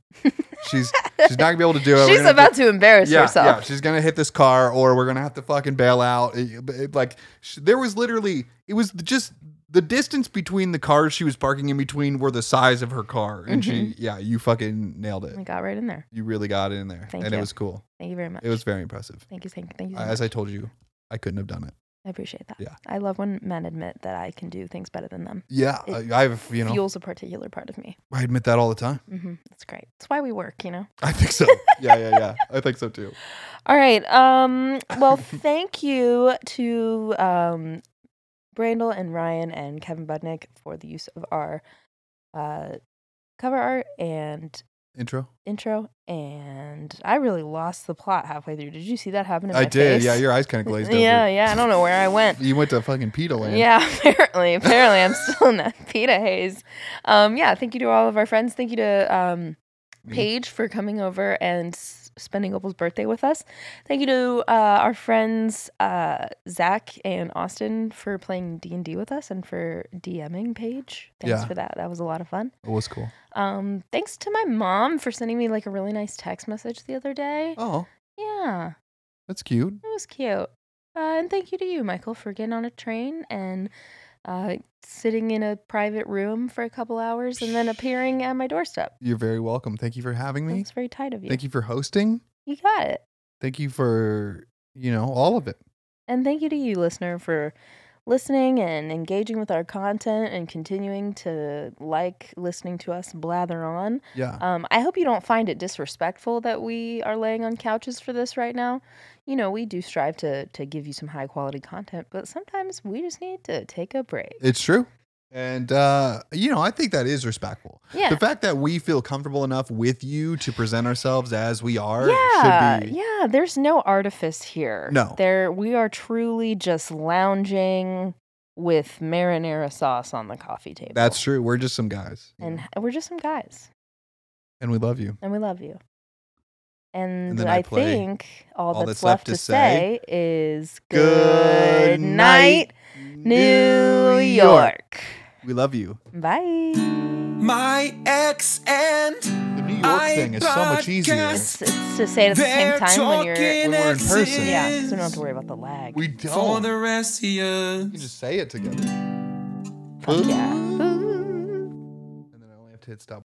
Speaker 2: She's she's not going to be able to do it. We're
Speaker 1: She's
Speaker 2: gonna
Speaker 1: about to embarrass
Speaker 2: yeah, Yeah,
Speaker 1: herself.
Speaker 2: she's gonna hit this car, or we're gonna have to fucking bail out. It- it- like sh there was literally, it was just the distance between the cars she was parking in between were the size of her car, and she,
Speaker 1: Mm-hmm.
Speaker 2: yeah, you fucking nailed it.
Speaker 1: I got right in there.
Speaker 2: You really got it in there,
Speaker 1: Thank
Speaker 2: and it
Speaker 1: you.
Speaker 2: was cool.
Speaker 1: Thank you very much.
Speaker 2: It was very impressive.
Speaker 1: Thank you. Thank, thank you. So
Speaker 2: As
Speaker 1: much.
Speaker 2: I told you, I couldn't have done it.
Speaker 1: I appreciate that.
Speaker 2: Yeah.
Speaker 1: I love when men admit that I can do things better than them.
Speaker 2: Yeah,
Speaker 1: It
Speaker 2: I have, you know,
Speaker 1: Fuels a particular part of me.
Speaker 2: I admit that all the time.
Speaker 1: hmm That's great. That's why we work, you know.
Speaker 2: I think so. yeah, yeah, yeah. I think so too.
Speaker 1: All right. Um. Well, thank you to um, Brandel and Ryan and Kevin Budnick for the use of our uh, cover art and
Speaker 2: Intro.
Speaker 1: intro. And I really lost the plot halfway through. Did you see that happen? In
Speaker 2: I
Speaker 1: my
Speaker 2: did.
Speaker 1: face?
Speaker 2: Yeah, your eyes kind of glazed over.
Speaker 1: Yeah, yeah. I don't know where I went.
Speaker 2: You went to fucking Peta land.
Speaker 1: Yeah, apparently, apparently, I'm still in that pita haze. Um, yeah, thank you to all of our friends. Thank you to um,
Speaker 2: Me.
Speaker 1: Paige for coming over and s- spending Opal's birthday with us. Thank you to uh, our friends uh, Zach and Austin for playing D and D with us and for DMing Paige. Thanks
Speaker 2: Yeah.
Speaker 1: for that. That was a lot of fun.
Speaker 2: It was cool.
Speaker 1: Um, thanks to my mom for sending me like a really nice text message the other day.
Speaker 2: Oh,
Speaker 1: Yeah.
Speaker 2: that's cute.
Speaker 1: It was cute. Uh, and thank you to you, Michael, for getting on a train and uh, sitting in a private room for a couple hours and then appearing at my doorstep.
Speaker 2: You're very welcome. Thank you for having me.
Speaker 1: That's very tight of you.
Speaker 2: Thank you for hosting.
Speaker 1: You got it.
Speaker 2: Thank you for, you know, all of it.
Speaker 1: And thank you to you, listener, for listening and engaging with our content and continuing to like listening to us blather on.
Speaker 2: Yeah.
Speaker 1: Um, I hope you don't find it disrespectful that we are laying on couches for this right now. You know, we do strive to to give you some high quality content, but sometimes we just need to take a break.
Speaker 2: It's true. And uh, you know, I think that is respectful.
Speaker 1: Yeah.
Speaker 2: The fact that we feel comfortable enough with you to present ourselves as we are
Speaker 1: yeah,
Speaker 2: should be
Speaker 1: yeah. There's no artifice here.
Speaker 2: No.
Speaker 1: there we are truly just lounging with marinara sauce on the coffee table.
Speaker 2: That's true. We're just some guys. you
Speaker 1: and
Speaker 2: know,
Speaker 1: h- we're just some guys,
Speaker 2: and we love you.
Speaker 1: and we love you. And,
Speaker 2: then I
Speaker 1: I,
Speaker 2: play
Speaker 1: think all,
Speaker 2: All
Speaker 1: that's,
Speaker 2: That's
Speaker 1: left, to say, is good
Speaker 2: Good
Speaker 1: night, New York.
Speaker 2: We love you.
Speaker 1: Bye.
Speaker 6: My ex and
Speaker 2: The New York
Speaker 6: I
Speaker 2: thing is so much easier.
Speaker 6: podcast
Speaker 1: It's, it's to say it at the
Speaker 6: They're
Speaker 1: same time when you're
Speaker 6: talking
Speaker 2: when we're in person.
Speaker 1: yeah, so we don't have to worry about the lag.
Speaker 2: We
Speaker 6: for
Speaker 2: don't.
Speaker 6: the rest of you.
Speaker 2: You just say it together.
Speaker 1: Fuck yeah.
Speaker 2: And then I only have to hit stop.